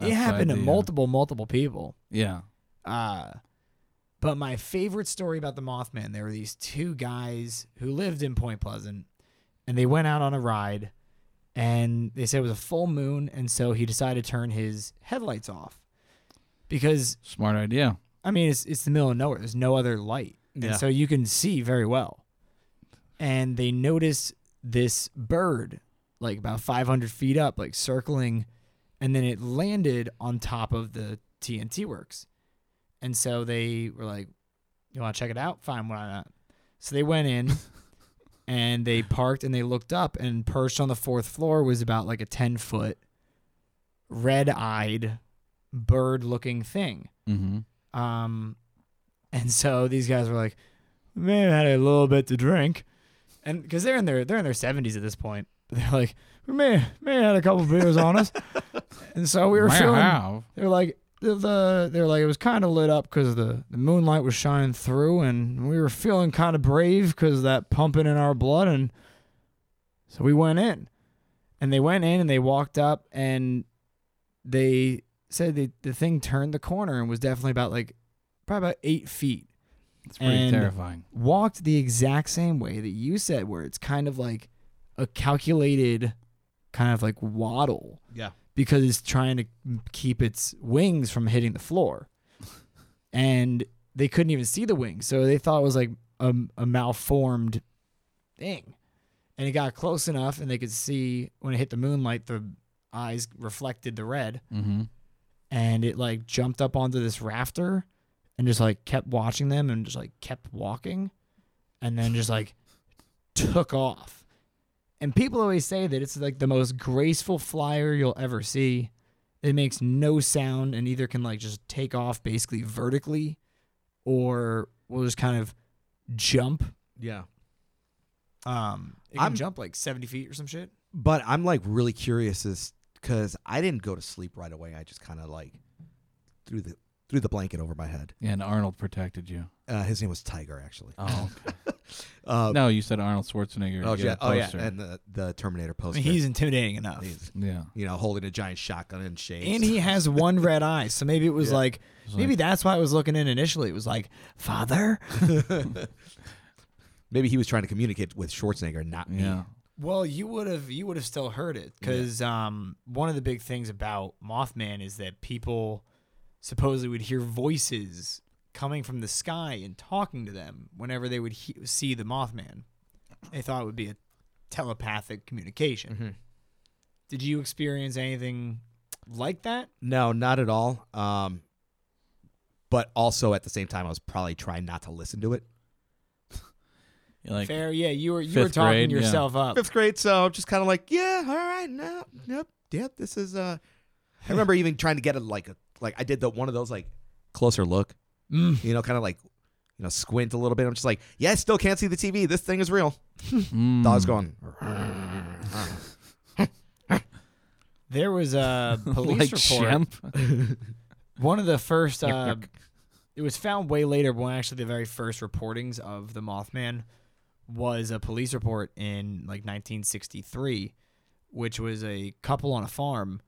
it Outside happened to the, uh, multiple, multiple people. Yeah. Uh, but my favorite story about the Mothman, there were these two guys who lived in Point Pleasant, and they went out on a ride, and they said it was a full moon, and so he decided to turn his headlights off. Because Smart idea. I mean, it's it's the middle of nowhere. There's no other light, Yeah. and so you can see very well. And they notice this bird, like about 500 feet up, like circling, and then it landed on top of the TNT works. And so they were like, "You want to check it out? Fine, why not?" So they went in, and they parked, and they looked up, and perched on the fourth floor was about like a 10 foot, red-eyed, bird-looking thing. Mm-hmm. Um, and so these guys were like, "We may have had a little bit to drink," and because they're in their they're in their seventies at this point, [laughs] they're like, "We may may have had a couple beers on us," and so we were feeling. have. They were like the, the they were like it was kind of lit up because the the moonlight was shining through, and we were feeling kind of brave because that pumping in our blood, and so we went in, and they went in and they walked up and they said the, the thing turned the corner and was definitely about like probably about eight feet It's pretty and- terrifying. walked the exact same way that you said where it's kind of like a calculated kind of like waddle Yeah. because it's trying to keep its wings from hitting the floor and they couldn't even see the wings so they thought it was like a, a malformed thing and it got close enough and they could see when it hit the moonlight the eyes reflected the red Mm-hmm. and it like jumped up onto this rafter and just like kept watching them and just like kept walking and then just like took off. And people always say that it's like the most graceful flyer you'll ever see. It makes no sound and either can like just take off basically vertically or will just kind of jump. Yeah. Um, it can I'm- jump like 70 feet or some shit. But I'm like really curious is because I didn't go to sleep right away. I just kind of like threw the threw the blanket over my head. and Arnold protected you. Uh, his name was Tiger, actually. Oh, okay. [laughs] Uh, no, you said Arnold Schwarzenegger. oh, You yeah, had a oh yeah, poster. and the, the Terminator I poster. mean, he's intimidating enough. He's, yeah. you know holding a giant shotgun in shades. and he [laughs] has one red eye. So maybe it was Yeah. like, maybe that's why I was looking in initially. It was like, Father? Maybe he was trying to communicate with Schwarzenegger, not me. Yeah. Well, you would have you would have still heard it because um, one of the big things about Mothman is that people supposedly would hear voices coming from the sky and talking to them whenever they would he- see the Mothman. They thought it would be a telepathic communication. Did you experience anything like that? No, not at all. Um, but also at the same time, I was probably trying not to listen to it. You're like, Fair, yeah. You were you were fifth talking grade, yeah. yourself up. Fifth grade, so just kind of like, yeah, all right, no, nope, yep, this is. Uh, I remember even trying to get a like a like I did the one of those like closer look, Mm. you know, kind of like you know squint a little bit. I'm just like, yeah, I still can't see the TV. This thing is real. mm, Dog's going. There was [laughs] a police like report. [laughs] Shemp. One of the first, Yuck, uh, yuck. it was found way later, but one actually the very first reportings of the Mothman was a police report in like 1963, which was a couple on a farm.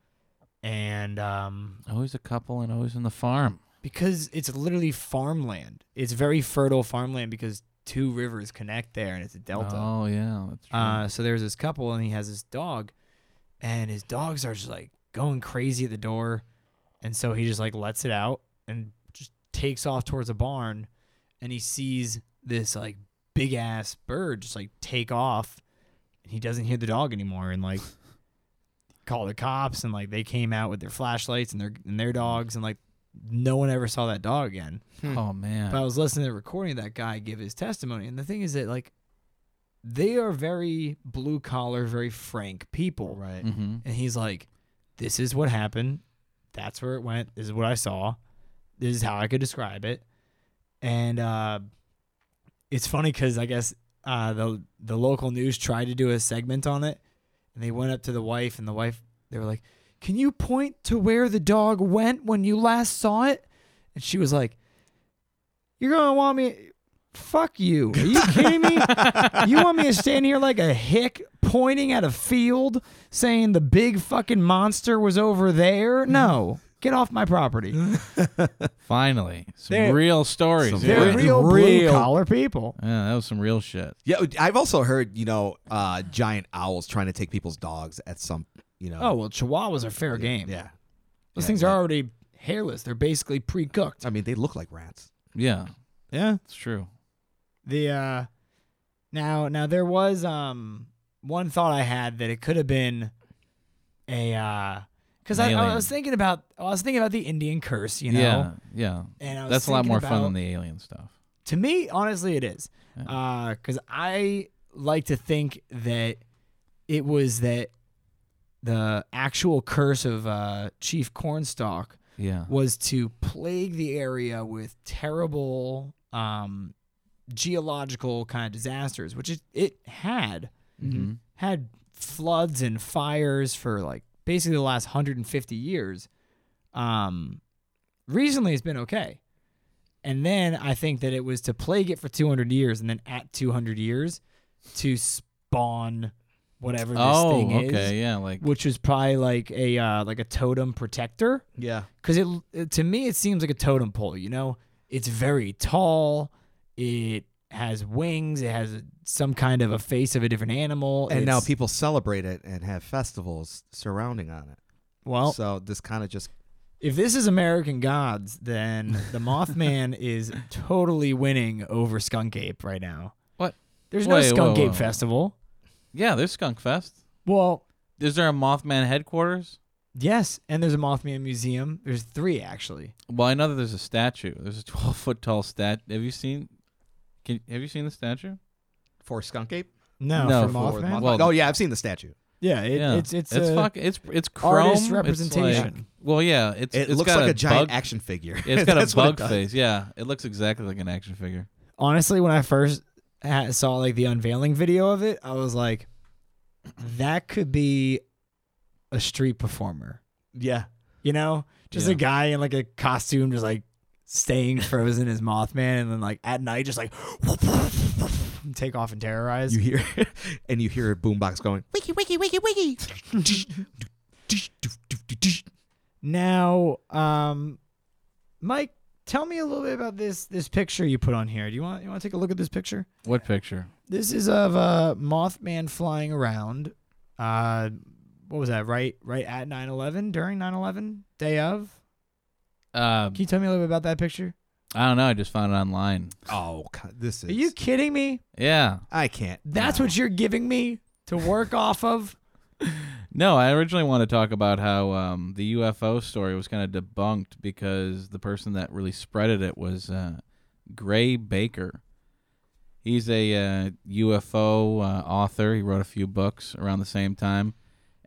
And um, Always a couple and always in the farm. because it's literally farmland, it's very fertile farmland because two rivers connect there and it's a delta. Oh yeah, that's true. Uh, so there's this couple, and he has this dog, and his dogs are just like going crazy at the door, and so he just like lets it out and just takes off towards a barn, and he sees this like big ass bird just like take off, and he doesn't hear the dog anymore, and like [laughs] call the cops, and like they came out with their flashlights and their and their dogs, and like no one ever saw that dog again. oh man. But I was listening to the recording of that guy give his testimony, and the thing is that like they are very blue collar, very frank people. right. mm-hmm. And he's like, "This is what happened. That's where it went. This is what I saw. This is how I could describe it." And uh, it's funny because I guess uh, the the local news tried to do a segment on it, and they went up to the wife, and the wife they were like, "Can you point to where the dog went when you last saw it?" And she was like, "You're gonna want me." Fuck you. Are you kidding me? you want me to stand here like a hick pointing at a field saying the big fucking monster was over there? No. Get off my property. Finally, some They're- real stories. Some yeah. They're Right. real, blue Real- collar people. Yeah, that was some real shit. Yeah, uh, I've also heard you know uh, giant owls trying to take people's dogs at some you know. Oh, well, chihuahuas are fair game. yeah. Those yeah, things yeah. are already hairless. They're basically pre cooked. I mean, they look like rats. Yeah, Yeah. it's true. The uh now now there was um one thought I had that it could have been a uh because I, I Alien. was thinking about I was thinking about the Indian curse, you know. yeah, yeah. And I was That's a lot thinking more about- fun than the alien stuff. To me, honestly, it is. Yeah. Because I like to think that it was that the actual curse of uh, Chief Cornstalk Yeah. was to plague the area with terrible um, geological kind of disasters, which it, it had. Mm-hmm. Had floods and fires for like basically the last 150 years. Um, recently, it's been okay. And then I think that it was to plague it for 200 years, and then at 200 years, to spawn whatever this Oh, thing is, okay. Yeah, like which is probably like a uh, like a totem protector. Yeah. Because it, it- to me, it seems like a totem pole. You know, it's very tall. It has wings. It has some kind of a face of a different animal. And now It's- people celebrate it and have festivals surrounding on it. well, So this kind of just if this is American Gods, then the [laughs] Mothman is totally winning over Skunk Ape right now. What? There's no Wait, Skunk whoa, Ape whoa. festival. yeah. There's Skunk Fest. Well, Is there a Mothman headquarters? Yes, and there's a Mothman museum. There's three actually. Well, I know that there's a statue. There's a [laughs] 12 foot tall stat. Have you seen? Can have you seen the statue? For Skunk Ape? No, No, for Or the Mothman. Mothman? Well- oh, yeah, I've seen the statue. yeah, it, yeah, it's it's, it's a, fuck, it's it's chrome artist It's like- representation. well, yeah, it's It it's looks got like a, a giant bug- [laughs] action figure. It's got a That's what it bug does. face. Yeah, it looks exactly like an action figure. honestly, when I first ha saw like the unveiling video of it, I was like, that could be a street performer. Yeah. You know, just Yeah. a guy in like a costume, just like staying frozen as Mothman, and then like at night, just like take off and terrorize. You hear, [laughs] and you hear a boombox going, wiki, wiki, wiki, wiki. [laughs] Now, um, Mike, tell me a little bit about this this picture you put on here. Do you want you want to take a look at this picture? What picture? This is of uh, Mothman flying around. Uh, what was that? Right, right at 9/11, during 9/11, day of. Uh, Can you tell me a little bit about that picture? I don't know. I just found it online. oh, God, this is. Are you kidding me? Yeah. I can't. That's no. what you're giving me to [laughs] work off of. No, I originally want to talk about how um, the UFO story was kind of debunked because the person that really spreaded it was uh, Gray Baker. He's a uh, UFO uh, author. He wrote a few books around the same time,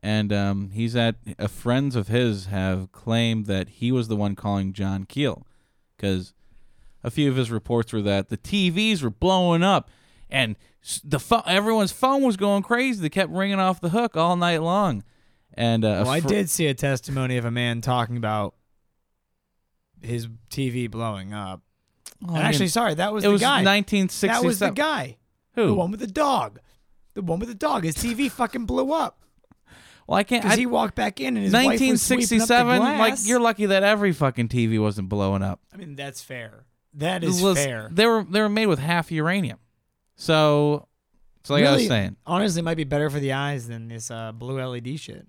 and um, he's at uh, friends of his have claimed that he was the one calling John Keel, because a few of his reports were that the TVs were blowing up and s- the pho- everyone's phone was going crazy. They kept ringing off the hook all night long. And uh, a Well, I fr- did see a testimony of a man talking about his TV blowing up. Well, I And mean, actually, sorry, that was it the was guy. 1967. that was the guy. Who? The one with the dog. The one with the dog. His TV fucking blew up Well, I can't. because I, he walked back in and his wife was sweeping up the 1967. Like glass. you're lucky that every fucking TV wasn't blowing up. I mean, that's fair. That is It was- fair. They were they were made with half uranium. So, it's like I was Really, saying. honestly, it might be better for the eyes than this uh, blue LED shit.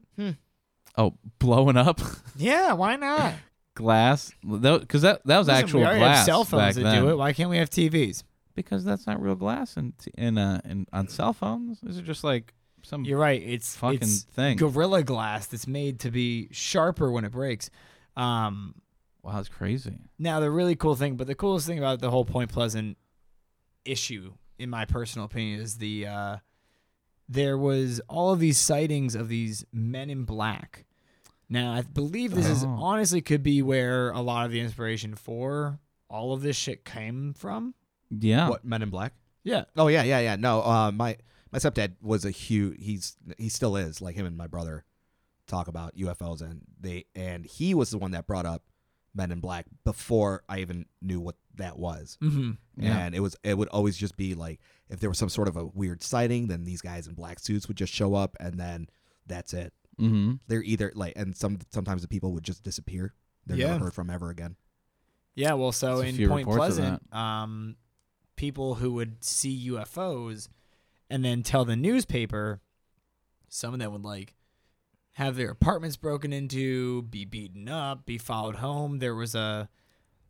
Oh, blowing up [laughs] [laughs] Yeah, why not? glass because that that was Listen, actual we already glass. have cell back phones that then. do it. Why can't we have TVs? because that's not real glass and in uh in on cell phones. These are just like some You're right. It's fucking it's thing. gorilla glass that's made to be sharper when it breaks. Um, wow, it's crazy. Now the really cool thing, but the coolest thing about the whole Point Pleasant issue, in my personal opinion, is the uh, there was all of these sightings of these men in black. Now I believe this is Oh. honestly could be where a lot of the inspiration for all of this shit came from. Yeah. What, Men in Black? Yeah, Oh yeah, yeah, yeah. No, uh, my my stepdad was a huge. He's he still is. Like him and my brother talk about UFOs, and they and he was the one that brought up Men in Black before I even knew what that was. mm-hmm. Yeah. And it was it would always just be like if there was some sort of a weird sighting, then these guys in black suits would just show up, and then that's it. Mm-hmm. They're either like, and some sometimes the people would just disappear. They're Yeah. never heard from ever again. yeah. Well, so There's a in few Point reports of Pleasant, um, people who would see UFOs and then tell the newspaper, some of them would like have their apartments broken into, be beaten up, be followed home. There was a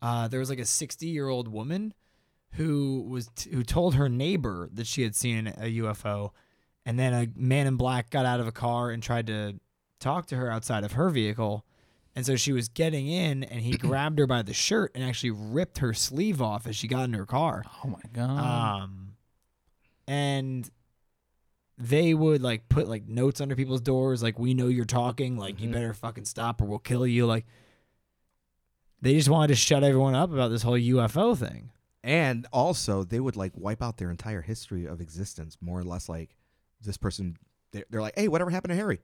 uh, there was like a 60 year old woman who was t- who told her neighbor that she had seen a UFO, and then a man in black got out of a car and tried to talk to her outside of her vehicle. And so she was getting in, and [clears throat] he grabbed her by the shirt and actually ripped her sleeve off as she got in her car. Oh my god. Um, and they would like put like notes under people's doors, like "We know you're talking, like you Mhm. better fucking stop or we'll kill you." Like they just wanted to shut everyone up about this whole UFO thing. And also, they would like wipe out their entire history of existence, more or less. Like this person, they're, they're like, "Hey, whatever happened to Harry?"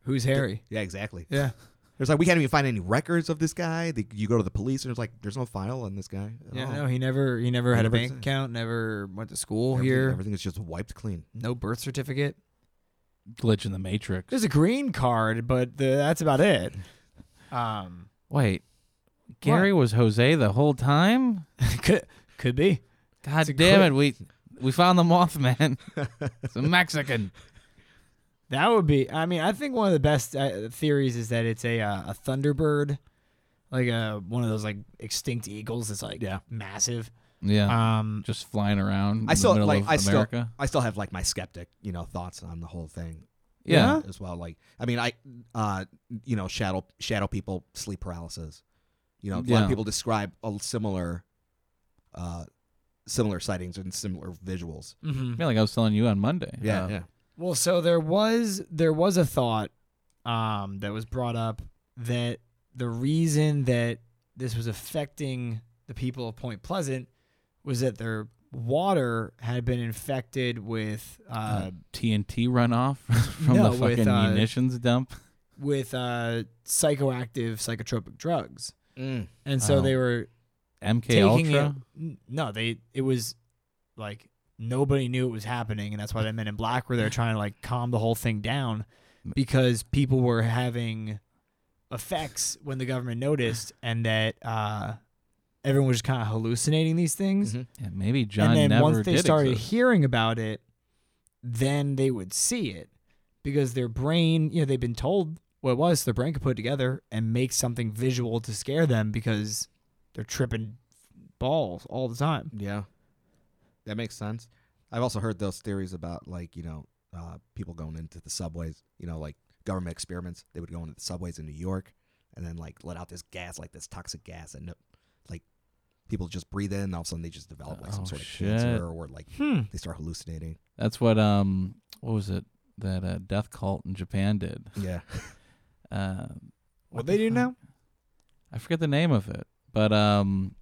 Who's Harry? Yeah, exactly. Yeah, There's like, we can't even find any records of this guy. They, you go to the police, and it's like, there's no file on this guy. At yeah. all. No, he never, he never had a bank 100%. account, never went to school everything, here, everything is just wiped clean. no birth certificate. Glitch in the Matrix. There's a green card, but the, that's about it. [laughs] Um, Wait. Gary was Jose the whole time? could could be. God It's a damn crit. it. We we found the Mothman. it's a Mexican. That would be. I mean, I think one of the best uh, theories is that it's a uh, a thunderbird, like a one of those like extinct eagles. that's like Yeah. massive. Yeah. Um, just flying around in I the still middle like, of I still, America. I still have like my skeptic, you know, thoughts on the whole thing. Yeah. as well. Like I mean, I uh, you know, shadow shadow people sleep paralysis. You know, a lot Yeah. of people describe a similar, uh, similar sightings and similar visuals. Mm-hmm. Yeah, like I was telling you on Monday. Uh, yeah. Well, so there was there was a thought um, that was brought up that the reason that this was affecting the people of Point Pleasant was that their water had been infected with uh, uh, TNT runoff [laughs] from no, the with, fucking uh, munitions dump. with uh, psychoactive psychotropic drugs, Mm. and so Oh. they were MK taking Ultra. it. n- No, they it was like nobody knew it was happening, and that's why the Men in Black were there trying to like calm the whole thing down because people were having effects when the government noticed, and that uh, everyone was just kind of hallucinating these things. Mhm. Yeah, maybe John and then never once they did started exist. hearing about it, then they would see it because their brain, you know, they've been told what it was. Their brain could put it together and make something visual to scare them because they're tripping balls all the time. Yeah, that makes sense. I've also heard those theories about like you know uh, people going into the subways. You know, like government experiments. They would go into the subways in New York and then like let out this gas, like this toxic gas, and like people just breathe in. And all of a sudden, they just develop like some Oh, sort of shit. cancer or like Hmm. they [laughs] start hallucinating. That's what um what was it that uh, death cult in Japan did. Yeah, Uh, What they the do fuck? now? I forget the name of it, but um,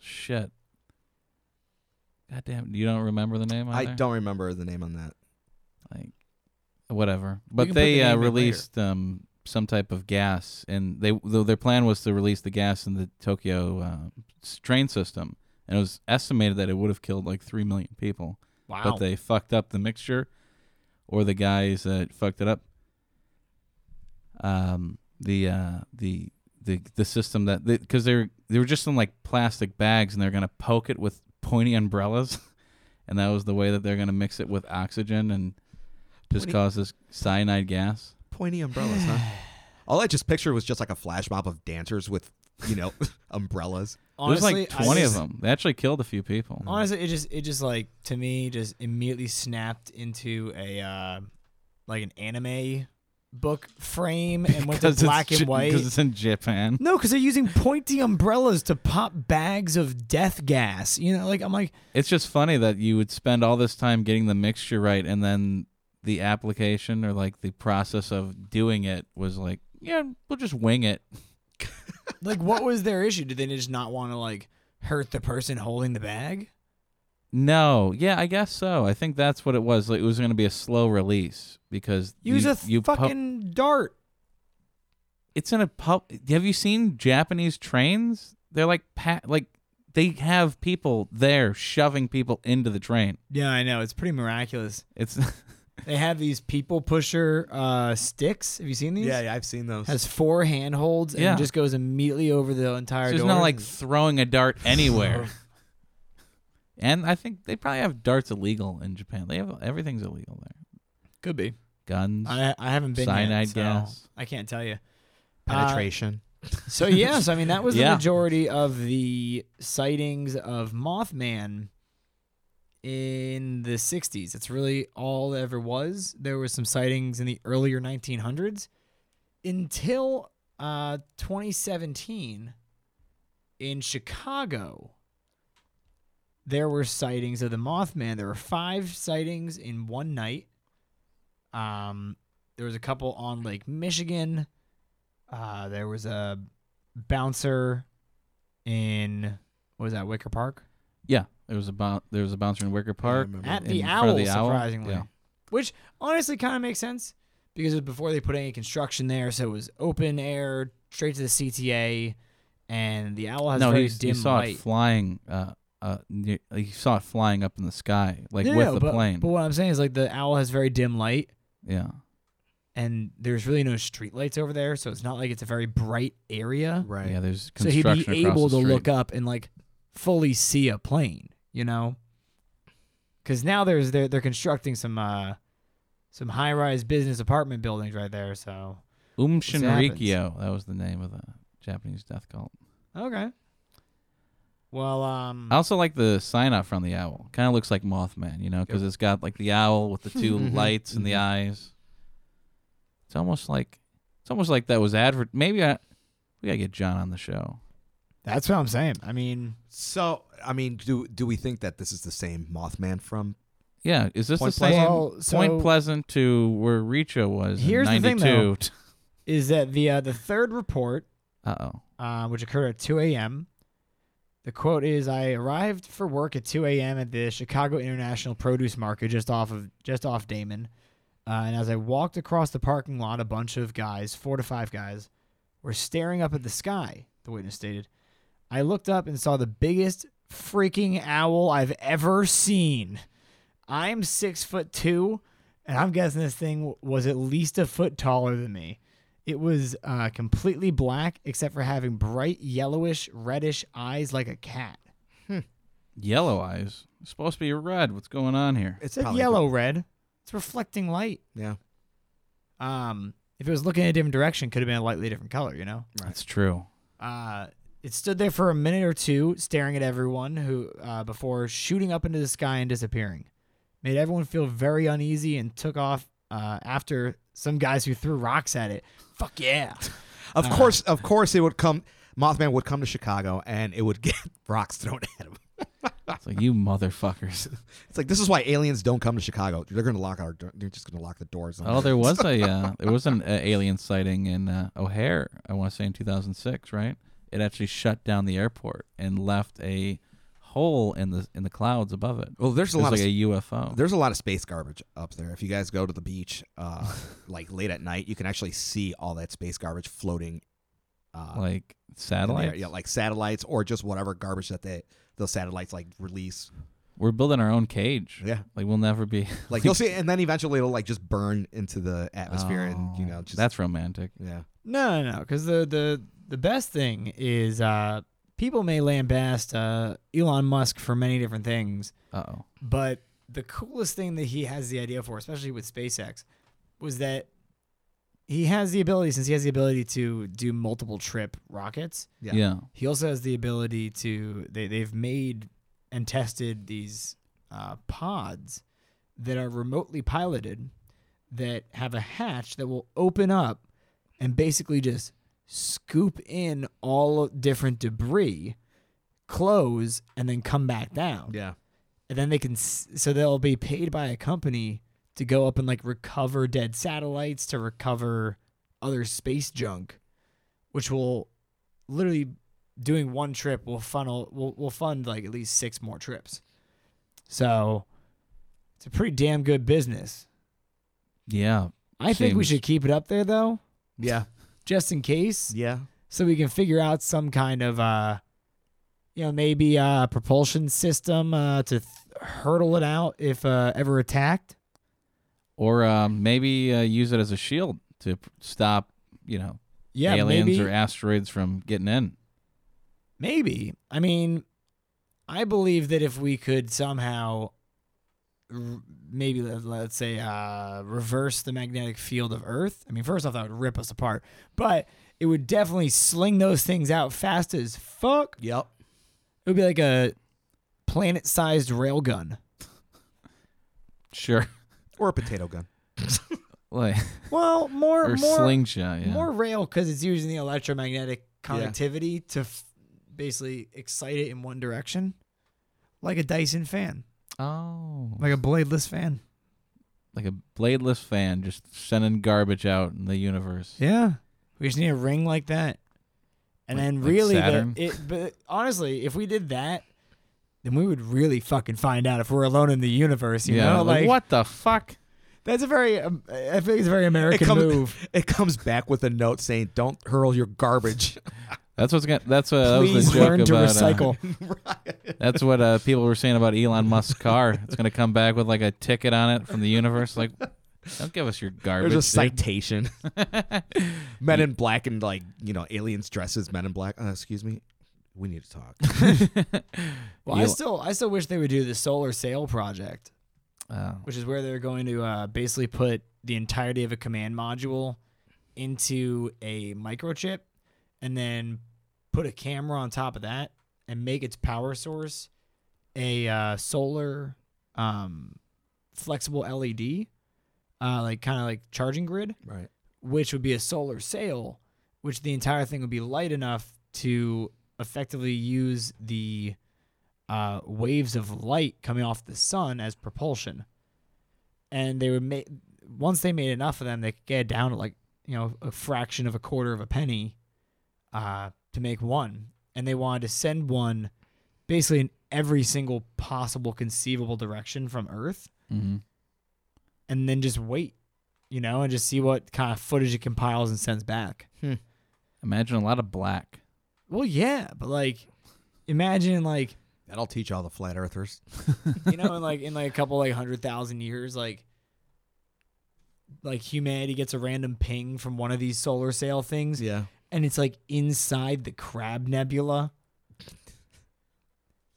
shit. God damn, you don't remember the name? I either? don't remember the name on that. like whatever. can But put they the uh, name in later. released um, some type of gas, and they though their plan was to release the gas in the Tokyo uh, s- train system, and it was estimated that it would have killed like three million people. Wow. But they fucked up the mixture, or the guys that fucked it up. Um, the uh, the the the system that because they, were they were just in like plastic bags, and they're gonna poke it with pointy umbrellas, [laughs] and that was the way that they're gonna mix it with oxygen and just Pointy- cause this cyanide gas. Pointy umbrellas, huh? [sighs] All I just pictured was just like a flash mob of dancers with you know [laughs] umbrellas. honestly, There's I like twenty of just- them. They actually killed a few people. [laughs] Honestly, it just it just like to me just immediately snapped into a uh, like an anime book frame and went to Because it's black and Ja- white. because it's in Japan. No, because they're using pointy umbrellas to pop bags of death gas. You know, like I'm like, It's just funny that you would spend all this time getting the mixture right and then the application or like the process of doing it was like, yeah, we'll just wing it. like what was their issue? Did they just not want to like hurt the person holding the bag? No, yeah, I guess so. I think that's what it was. Like, it was going to be a slow release because Use you, a you pu- fucking dart. it's in a pub. Have you seen Japanese trains? They're like pa- like they have people there shoving people into the train. Yeah, I know it's pretty miraculous. It's [laughs] They have these people pusher uh, sticks. Have you seen these? yeah, I've seen those. Has four handholds and Yeah. just goes immediately over the entire So it's door. not like throwing a [laughs] dart anywhere. Oh. and I think they probably have darts illegal in Japan. They have everything's illegal there. could be. Guns. I I haven't been Cyanide yet, so gas. I can't tell you. Uh, Penetration. So yes, I mean that was Yeah. the majority of the sightings of Mothman in the 60s. It's really all there ever was. There were some sightings in the earlier 1900s until uh, 2017 in Chicago. There were sightings of the Mothman. There were five sightings in one night. Um, there was a couple on Lake Michigan. Uh, there was a bouncer in what was that Wicker Park yeah. There was a bou- there was a bouncer in Wicker Park. remember at in the front owl, of the owl? surprisingly, Yeah. which honestly kind of makes sense because it was before they put any construction there, so it was open air straight to the CTA, and the owl has no, very he, dim he saw light. it flying. Uh, uh, near, he saw it flying up in the sky, like No, no, with no, the but, plane. But what I'm saying is like the owl has very dim light, yeah, and there's really no street lights over there, so it's not like it's a very bright area. Right. yeah. There's So he'd construction be across able to the street. look up and like fully see a plane, you know? Because now there's they're they're constructing some uh some high rise business apartment buildings right there. So Um This happens. Shinrikyo. That was the name of the Japanese death cult. okay. Well, um, I also like the sign [laughs] off Mm-hmm. from the owl. Kind of looks like Mothman, you know, because it's got like the owl with the 2 lights in the eyes. It's almost like it's almost like that was advert. Maybe I we gotta get John on the show. That's what I'm saying. I mean, So, I mean, do do we think that this is the same Mothman from? Yeah, is this Point the Pleasant? same Well, so- Point Pleasant to where Richo was? Here's the in thing, 92? though. is that the uh, the third report, Uh oh. uh, which occurred at 2 a.m. The quote is, "I arrived for work at 2 a.m. at the Chicago International Produce Market, just off of just off Damon. Uh, and as I walked across the parking lot, a bunch of guys, four to five guys, were staring up at the sky." The witness stated, "I looked up and saw the biggest freaking owl I've ever seen. I'm six foot two, and I'm guessing this thing w- was at least a foot taller than me." It was uh, completely black except for having bright yellowish reddish eyes like a cat. Yellow eyes. It's supposed to be red. What's going on here? It's It's yellow red. It's reflecting light. Yeah. Um, if it was looking in a different direction, could have been a lightly different color. You know. [laughs] That's true. Uh, it stood there for a minute or two, staring at everyone who uh, before shooting up into the sky and disappearing. Made everyone feel very uneasy and took off uh, after some guys who threw rocks at it. Fuck yeah! Of Uh-huh. course, of course, it would come. Mothman would come to Chicago, and it would [laughs] get rocks thrown at him. It's like you motherfuckers. It's like this is why aliens don't come to Chicago. They're going to lock our. They're just going to lock the doors. On Oh, there was [laughs] a uh, there was an uh, alien sighting in uh, O'Hare. I want to say in 2006, right? It actually shut down the airport and left a hole in the in the clouds above it. Well, It there's a was lot like of a UFO. There's a lot of space garbage up there. If you guys go to the beach, [laughs] uh, like late at night, you can actually see all that space garbage floating. Uh, like in the air. satellites. yeah, like satellites or just whatever garbage that they those satellites like release. We're building our own cage. Yeah, Like we'll never be like you'll see, and then eventually it'll like just burn into the atmosphere, and you Oh, know, just that's romantic. yeah. No, no, no. Because the, the the best thing is uh, people may lambast uh, Elon Musk for many different things, Uh oh. but the coolest thing that he has the idea for, especially with SpaceX, was that he has the ability, since he has the ability to do multiple trip rockets, Yeah. Yeah. he also has the ability to. They, they've made and tested these uh, pods that are remotely piloted that have a hatch that will open up and basically just scoop in all different debris, close, and then come back down. Yeah. And then they can, s- so they'll be paid by a company to go up and like recover dead satellites, to recover other space junk, which will literally doing one trip will funnel will will fund like at least six more trips. So it's a pretty damn good business. Yeah. I think we Seems- should keep it up there though, Yeah. just in case, Yeah. so we can figure out some kind of uh you know maybe uh propulsion system uh to th- hurdle it out if uh, ever attacked. Or um, maybe uh, use it as a shield to p- stop, you know, Yeah, aliens maybe or asteroids from getting in. Maybe. I mean, I believe that if we could somehow, r- maybe let- let's say, uh, reverse the magnetic field of Earth. I mean, first off, that would rip us apart, but it would definitely sling those things out fast as fuck. Yep. It would be like a planet-sized railgun. Sure. [laughs] Or a potato gun. like Well, more or more slingshot. Yeah. more rail because it's using the electromagnetic conductivity to f- basically excite it in one direction, like a Dyson fan, oh. like a bladeless fan. like a bladeless fan just sending garbage out in the universe. Yeah. We just need a ring like that. And Like- then like really the, Saturn? it but honestly, if we did that, then we would really fucking find out if we're alone in the universe, you Yeah, know? Like, what the fuck? that's a very um, I think it's a very American comes- move. [laughs] It comes back with a note saying, "Don't hurl your garbage." [laughs] That's what's gonna, that's uh, that was Please the joke learn to about, uh, recycle. [laughs] that's what uh, people were saying about Elon Musk's car. It's gonna come back with like a ticket on it from the universe. Like, don't give us your garbage. There's a dude. citation. [laughs] men in black and like you know aliens dresses. Men in black. Uh, excuse me. We need to talk. [laughs] well, I Elon- still I still wish they would do the solar sail project, Oh. which is where they're going to uh, basically put the entirety of a command module into a microchip and then put a camera on top of that and make its power source a uh, solar E um, flexible LED, uh, like kind of like charging grid, [laughs] right. which would be a solar sail, which the entire thing would be light enough to effectively use the uh, waves of light coming off the sun as propulsion. And they would make once they made enough of them, they could get down to like you know a fraction of a quarter of a penny uh, to make one. And they wanted to send one basically in every single possible conceivable direction from Earth hmm and then just wait, you know, and just see what kind of footage it compiles and sends back. Imagine a lot of black. Well, yeah, but like, imagine like That'll teach all the flat earthers. you know, in like in like a couple like hundred thousand years, like like humanity gets a random ping from one of these solar sail things, Yeah. and it's like inside the Crab Nebula.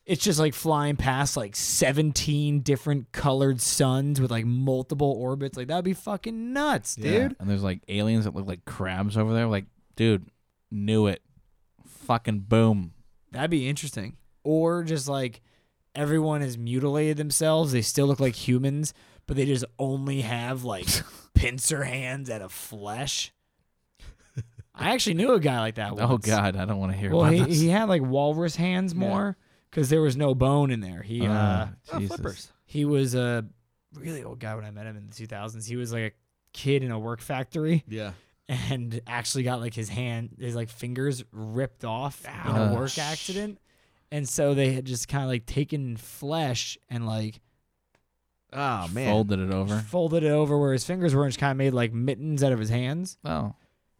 It's just like flying past like seventeen different colored suns with like multiple orbits. Like that'd be fucking nuts, dude. Yeah. And there's like aliens that look like crabs over there. Like, dude, knew it. Fucking boom. That'd be interesting. Or just like everyone has mutilated themselves. They still look like humans, but they just only have [laughs] like pincer hands out of flesh. I actually knew a guy like that once. [laughs] Oh God, I don't want to hear Well, about he, this. he had like walrus hands more because there was no bone in there. He uh, Oh, Jesus. he was a really old guy when I met him in the 2000s. He was like a kid in a work factory Yeah. and actually got like his hand, his like fingers ripped off in a work Ouch. accident. And so they had just kind of like taken flesh and like Oh man. Folded it over. folded it over where his fingers were and just kind of made like mittens out of his hands. Oh,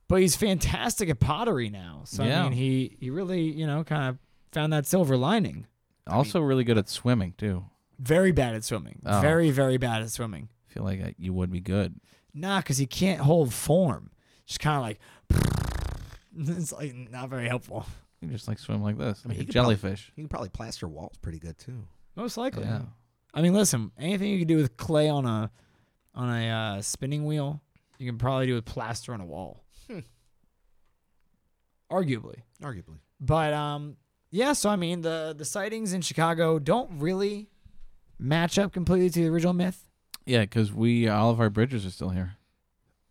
But he's fantastic at pottery now. So Yeah. I mean, he he really you know kind of found that silver lining. also really good at swimming too. Very bad at swimming. Oh. Very very bad at swimming. I feel like I, you would be good. Nah, because he can't hold form. Just kind of like [laughs] it's like not very helpful. You just like swim like this. like mean, he a could probably- jellyfish. You can probably plaster walls pretty good too. Most likely. yeah. I mean, listen, anything you can do with clay on a on a uh, spinning wheel, you can probably do with plaster on a wall. Hmm. Arguably. Arguably. But um yeah, so I mean the the sightings in Chicago don't really match up completely to the original myth. Yeah, because we all of our bridges are still here.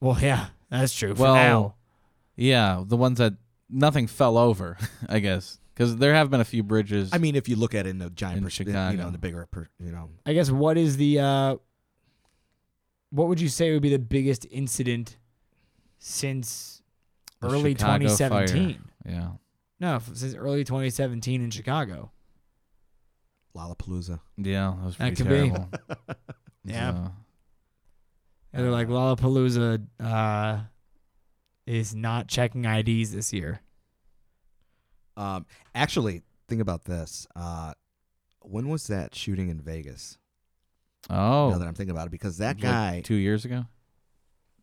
Well, yeah, that's true. Well, Yeah, the ones that nothing fell over, [laughs] I guess, because there have been a few bridges. I mean, if you look at it in the giant In pers- you Chicago. know, in the bigger, per- you know, I guess what is the uh what would you say would be the biggest incident since The early Chicago fire. 2017? yeah, No, f- since early 2017 in Chicago. Lollapalooza. yeah, that was That pretty could be. terrible. Yeah. So- And they're like Lollapalooza uh, is not checking IDs this year. Um, actually, think about this. Uh, when was that shooting in Vegas? oh, Now that I'm thinking about it, because that like guy, two years ago.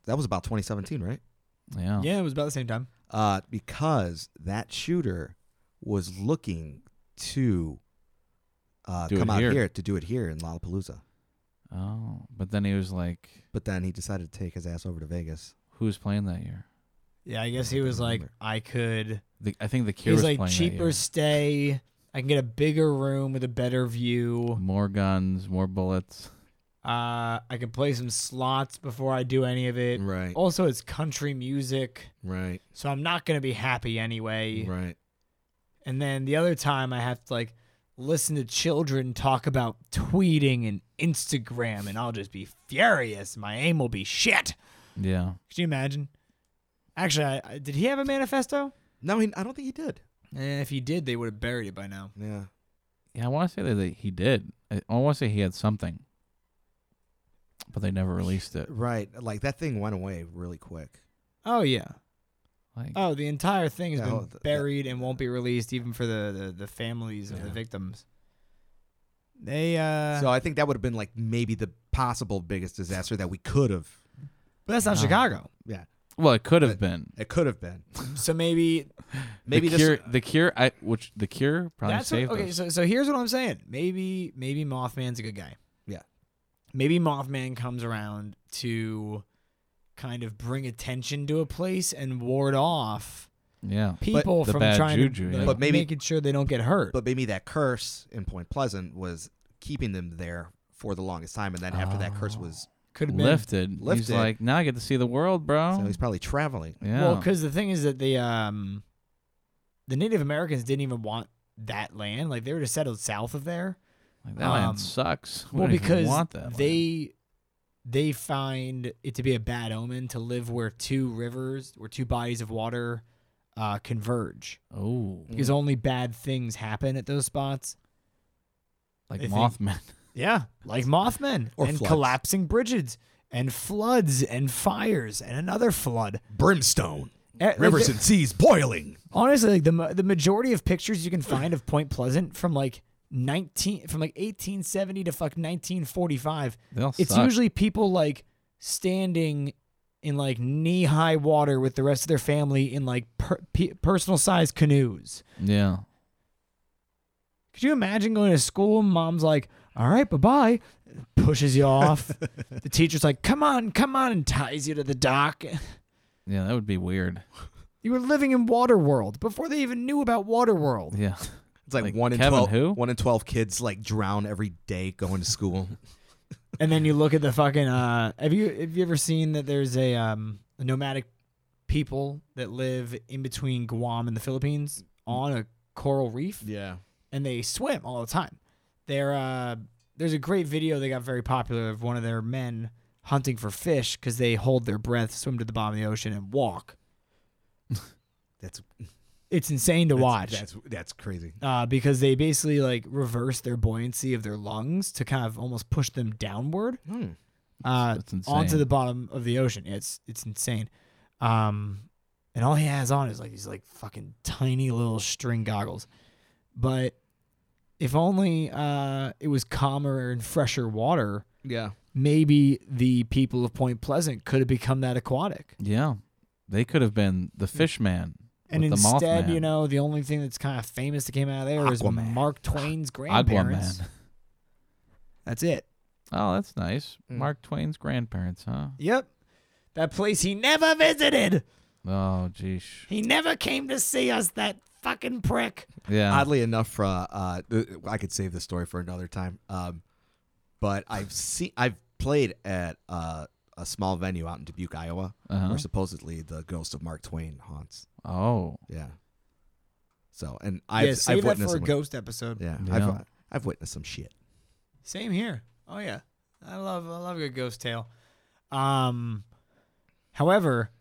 that was about 2017, right? Yeah. Yeah, it was about the same time. Uh, because that shooter was looking to uh, Do it come out here. here. to do it here in Lollapalooza, Oh, but then he was like, but then he decided to take his ass over to Vegas. "Who was playing that year?" Yeah, I guess he was like, Remember. I could. The, I think the He Cure was was, like playing that cheaper year. stay. I can get a bigger room with a better view. More guns, more bullets. Uh, I can play some slots before I do any of it. Right, Also, it's country music, right, so I'm not gonna be happy anyway. right. And then the other time I have to like listen to children talk about tweeting and Instagram and I'll just be furious. My aim will be shit. Yeah. Could you imagine? Actually, I, I, did he have a manifesto? No, he, I don't think he did. And Eh, if he did, they would have buried it by now. Yeah, Yeah, I want to say that they- he did. I, I want to say he had something, but they never released it. right. Like that thing went away really quick. Oh yeah. Like, Oh, the entire thing has Yeah, been oh, th- buried and won't be released even for the the, the families of the Yeah. victims. They uh So I think that would have been like maybe the possible biggest disaster that we could have. but that's not Wow. Chicago. well, it could have but- been. It could have been. So maybe Maybe the this. cure, the cure, I which the cure probably That's what, saved okay. us. So, so here's what I'm saying. Maybe maybe Mothman's a good guy. Yeah. Maybe Mothman comes around to kind of bring attention to a place and ward off yeah, people the from bad trying juju, to, yeah. like, But maybe- making sure they don't get hurt. But maybe that curse in Point Pleasant was keeping them there for the longest time, and then after that curse was Could have been. lifted. He's Lifted. like, now I get to see the world, bro. So he's probably traveling. yeah. Well, because the thing is that the um, the Native Americans didn't even want that land. Like they were just settled south of there. Like, that um, land sucks. We well, don't even because want that land. they they find it to be a bad omen to live where two rivers or two bodies of water uh, converge oh, because only bad things happen at those spots. like they think- Mothman. [laughs] Yeah, like Mothmen Or and floods. collapsing bridges and floods and fires and another flood. Brimstone. Eh, like, Rivers the- and seas boiling. honestly, like the ma- the majority of pictures you can find of Point Pleasant from like nineteen from like eighteen seventy to fuck nineteen forty five. They all It's suck. usually people like standing in like knee high water with the rest of their family in like per- pe- personal sized canoes. yeah. Could you imagine going to school? Mom's like, "All right, bye bye," pushes you off. the teacher's like, "Come on, come on," and ties you to the dock. Yeah, that would be weird. You were living in Waterworld before they even knew about Waterworld. Yeah. [laughs] It's like, Like one in Kevin twelve. who? One in twelve kids like drown every day going to school. And then you look at the fucking. Uh, have you have you ever seen that there's a um a nomadic people that live in between Guam and the Philippines on a coral reef, [laughs] yeah. and they swim all the time. They're uh there's a great video that got very popular of one of their men hunting for fish because they hold their breath, swim to the bottom of the ocean, and walk. That's It's insane to that's- watch. That's that's crazy. uh, because they basically like reverse their buoyancy of their lungs to kind of almost push them downward. Hmm. uh, That's insane. onto the bottom of the ocean. It's it's insane. Um, and all he has on is like these like fucking tiny little string goggles. But if only uh, it was calmer and fresher water, Yeah. maybe the people of Point Pleasant could have become that aquatic. Yeah. They could have been the fish man. And with the instead, Mothman. you know, the only thing that's kind of famous that came out of there is Aquaman. Mark [sighs] Twain's grandparents. Aquaman. That's it. Oh, that's nice. Mm. Mark Twain's grandparents, huh? Yep. That place he never visited. Oh, geesh. He never came to see us, that fucking prick. Yeah. Oddly enough, uh, uh, I could save this story for another time. Um, but I've seen I've played at uh, a small venue out in Dubuque, Iowa, Uh-huh. where supposedly the ghost of Mark Twain haunts. Oh. Yeah. So and I've yeah, I've save that witnessed for a some- ghost episode. Yeah, Yeah. I've I've witnessed some shit. Same here. Oh yeah, I love I love a good ghost tale. Um, however,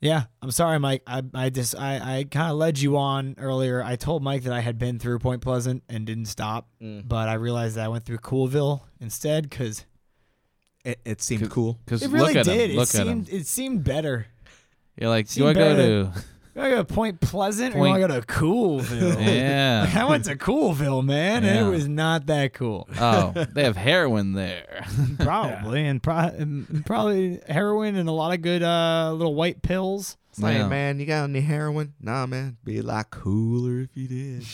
yeah, I'm sorry, Mike. I I just I I kind of led you on earlier. I told Mike that I had been through Point Pleasant and didn't stop, Mm. but I realized that I went through Coolville instead because It, it seemed cool. Because it look really at did. him. It Look at him. seemed it seemed better. You're like, do seemed I go better to? Do I go to Point Pleasant or do I Point- go to Coolville? Like, [laughs] yeah. [laughs] I went to Coolville, man, and Yeah. it was not that cool. oh, they have heroin there. [laughs] probably and, pro- and probably heroin and a lot of good uh, little white pills It's like, Yeah. man, you got any heroin? Nah, man. Be a lot cooler if you did.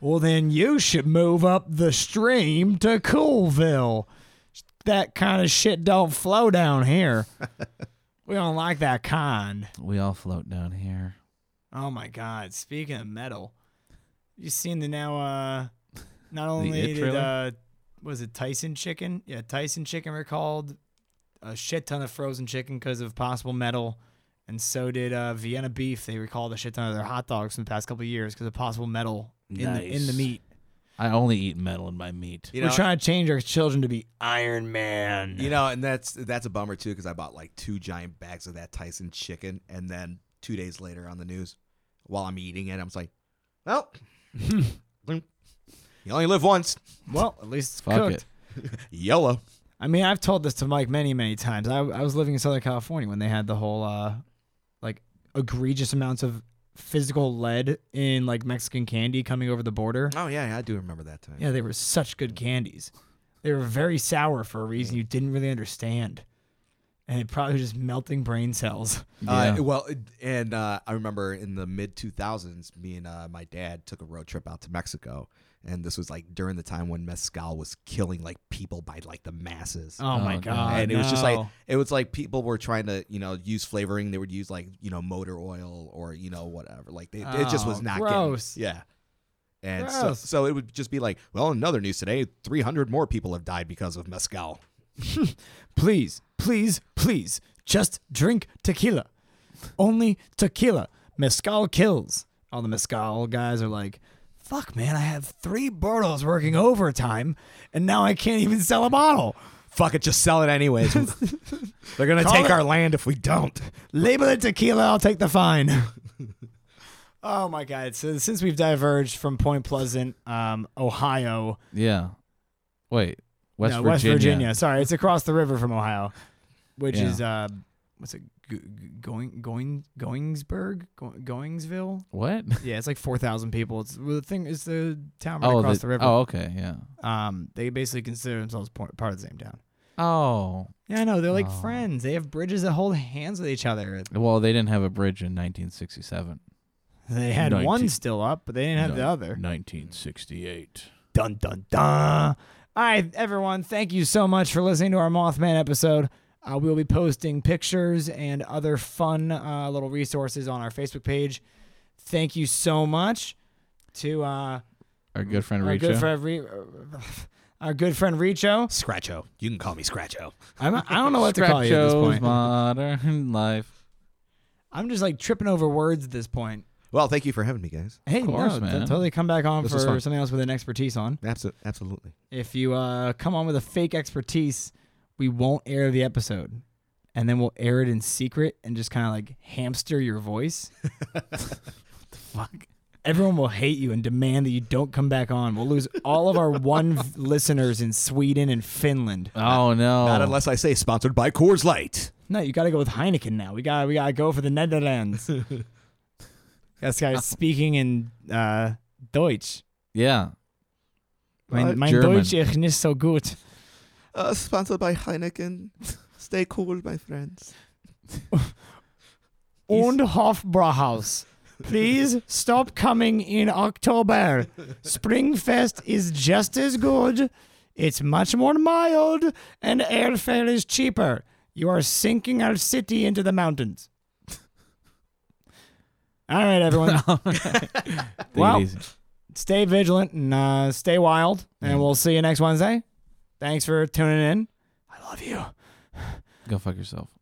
well then you should move up the stream to coolville that kind of shit don't flow down here we don't like that kind we all float down here. oh my god speaking of metal you seen the now uh [laughs] not only It did trailer? uh was it tyson chicken yeah tyson chicken recalled a shit ton of frozen chicken because of possible metal, and so did uh, Vienna beef. They recalled a shit ton of their hot dogs from the past couple of years because of possible metal in the in the Nice. meat. I only eat metal in my meat. You We're know, trying to change our children to be Iron Man. you know, and that's that's a bummer too because I bought like two giant bags of that Tyson chicken, and then two days later on the news, while I'm eating it, I'm just like, well, [laughs] mm, you only live once. well, at least it's Fuck cooked. it. Yellow. I mean, I've told this to Mike many, many times. I, I was living in Southern California when they had the whole uh, like egregious amounts of physical lead in like Mexican candy coming over the border. Oh yeah, yeah, I do remember that time. Yeah, they were such good candies. They were very sour for a reason you didn't really understand. And it probably was just melting brain cells. Uh, Yeah. well, and uh, I remember in the mid 2000s, me and uh, my dad took a road trip out to Mexico, and this was like during the time when mezcal was killing like people by like the masses. Oh, my Oh, god. God. and it was just like no. it was like people were trying to you know use flavoring. They would use like you know motor oil or you know whatever. Like they, it just Oh, was not gross. Getting, yeah. And so, Gross. so it would just be like, well, in other news today, 300 more people have died because of mezcal. please, please, please, just drink tequila. Only tequila. Mezcal kills. All the mezcal guys are like, fuck, man, I have three bottles working overtime, and now I can't even sell a bottle. Fuck it, just sell [laughs] it anyways. They're gonna Call take it- our land if we don't. Label it tequila, I'll take the fine. [laughs] oh my God. So since we've diverged from Point Pleasant, um, Ohio, Yeah. Wait. West no, Virginia. West Virginia. Sorry, it's across the river from Ohio, which Yeah. is uh, what's it? G- G- going, going, Goingsburg, Go- Goingsville. What? Yeah, it's like four thousand people. It's well, the thing is the town right oh, across the, river. oh, okay, yeah. Um, they basically consider themselves point, part of the same town. Oh, Yeah, I know. They're like Oh. friends. They have bridges that hold hands with each other. well, they didn't have a bridge in 1967. They had one Nineteen- still up, but they didn't have the Nin- other. 1968. Dun dun dun. All right, everyone, thank you so much for listening to our Mothman episode. Uh, we will be posting pictures and other fun uh, little resources on our Facebook page. Thank you so much to uh, Our good friend our good Richo. friend Re- [laughs] our good friend Richo. Scratcho. You can call me Scratcho. I'm, I don't know what to call you at this Scratcho's point. modern [laughs] life. I'm just like tripping over words at this point. Well, thank you for having me, guys. Hey, course, no, man. t- totally come back on This was for fun. something else with an expertise on. Absolutely, absolutely. If you uh, come on with a fake expertise, we won't air the episode. And then we'll air it in secret and just kind of like hamster your voice. [laughs] what the fuck? Everyone will hate you and demand that you don't come back on. We'll lose all of our one v- listeners in Sweden and Finland. Oh no. Not unless I say sponsored by Coors Light. No, you got to go with Heineken now. We got we got to go for the Netherlands. That's guy speaking in uh, Deutsch. yeah. Mein, Well, mein German. Deutsch ist nicht so gut. Uh, sponsored by Heineken. [laughs] Stay cool, my friends. und Hofbrauhaus. Please stop coming in October. Springfest is just as good. It's much more mild, and airfare is cheaper. You are sinking our city into the mountains. All right, [laughs] everyone. Take it Wow. easy. stay vigilant and uh, stay wild, and we'll see you next Wednesday. Thanks for tuning in. I love you. Go fuck yourself.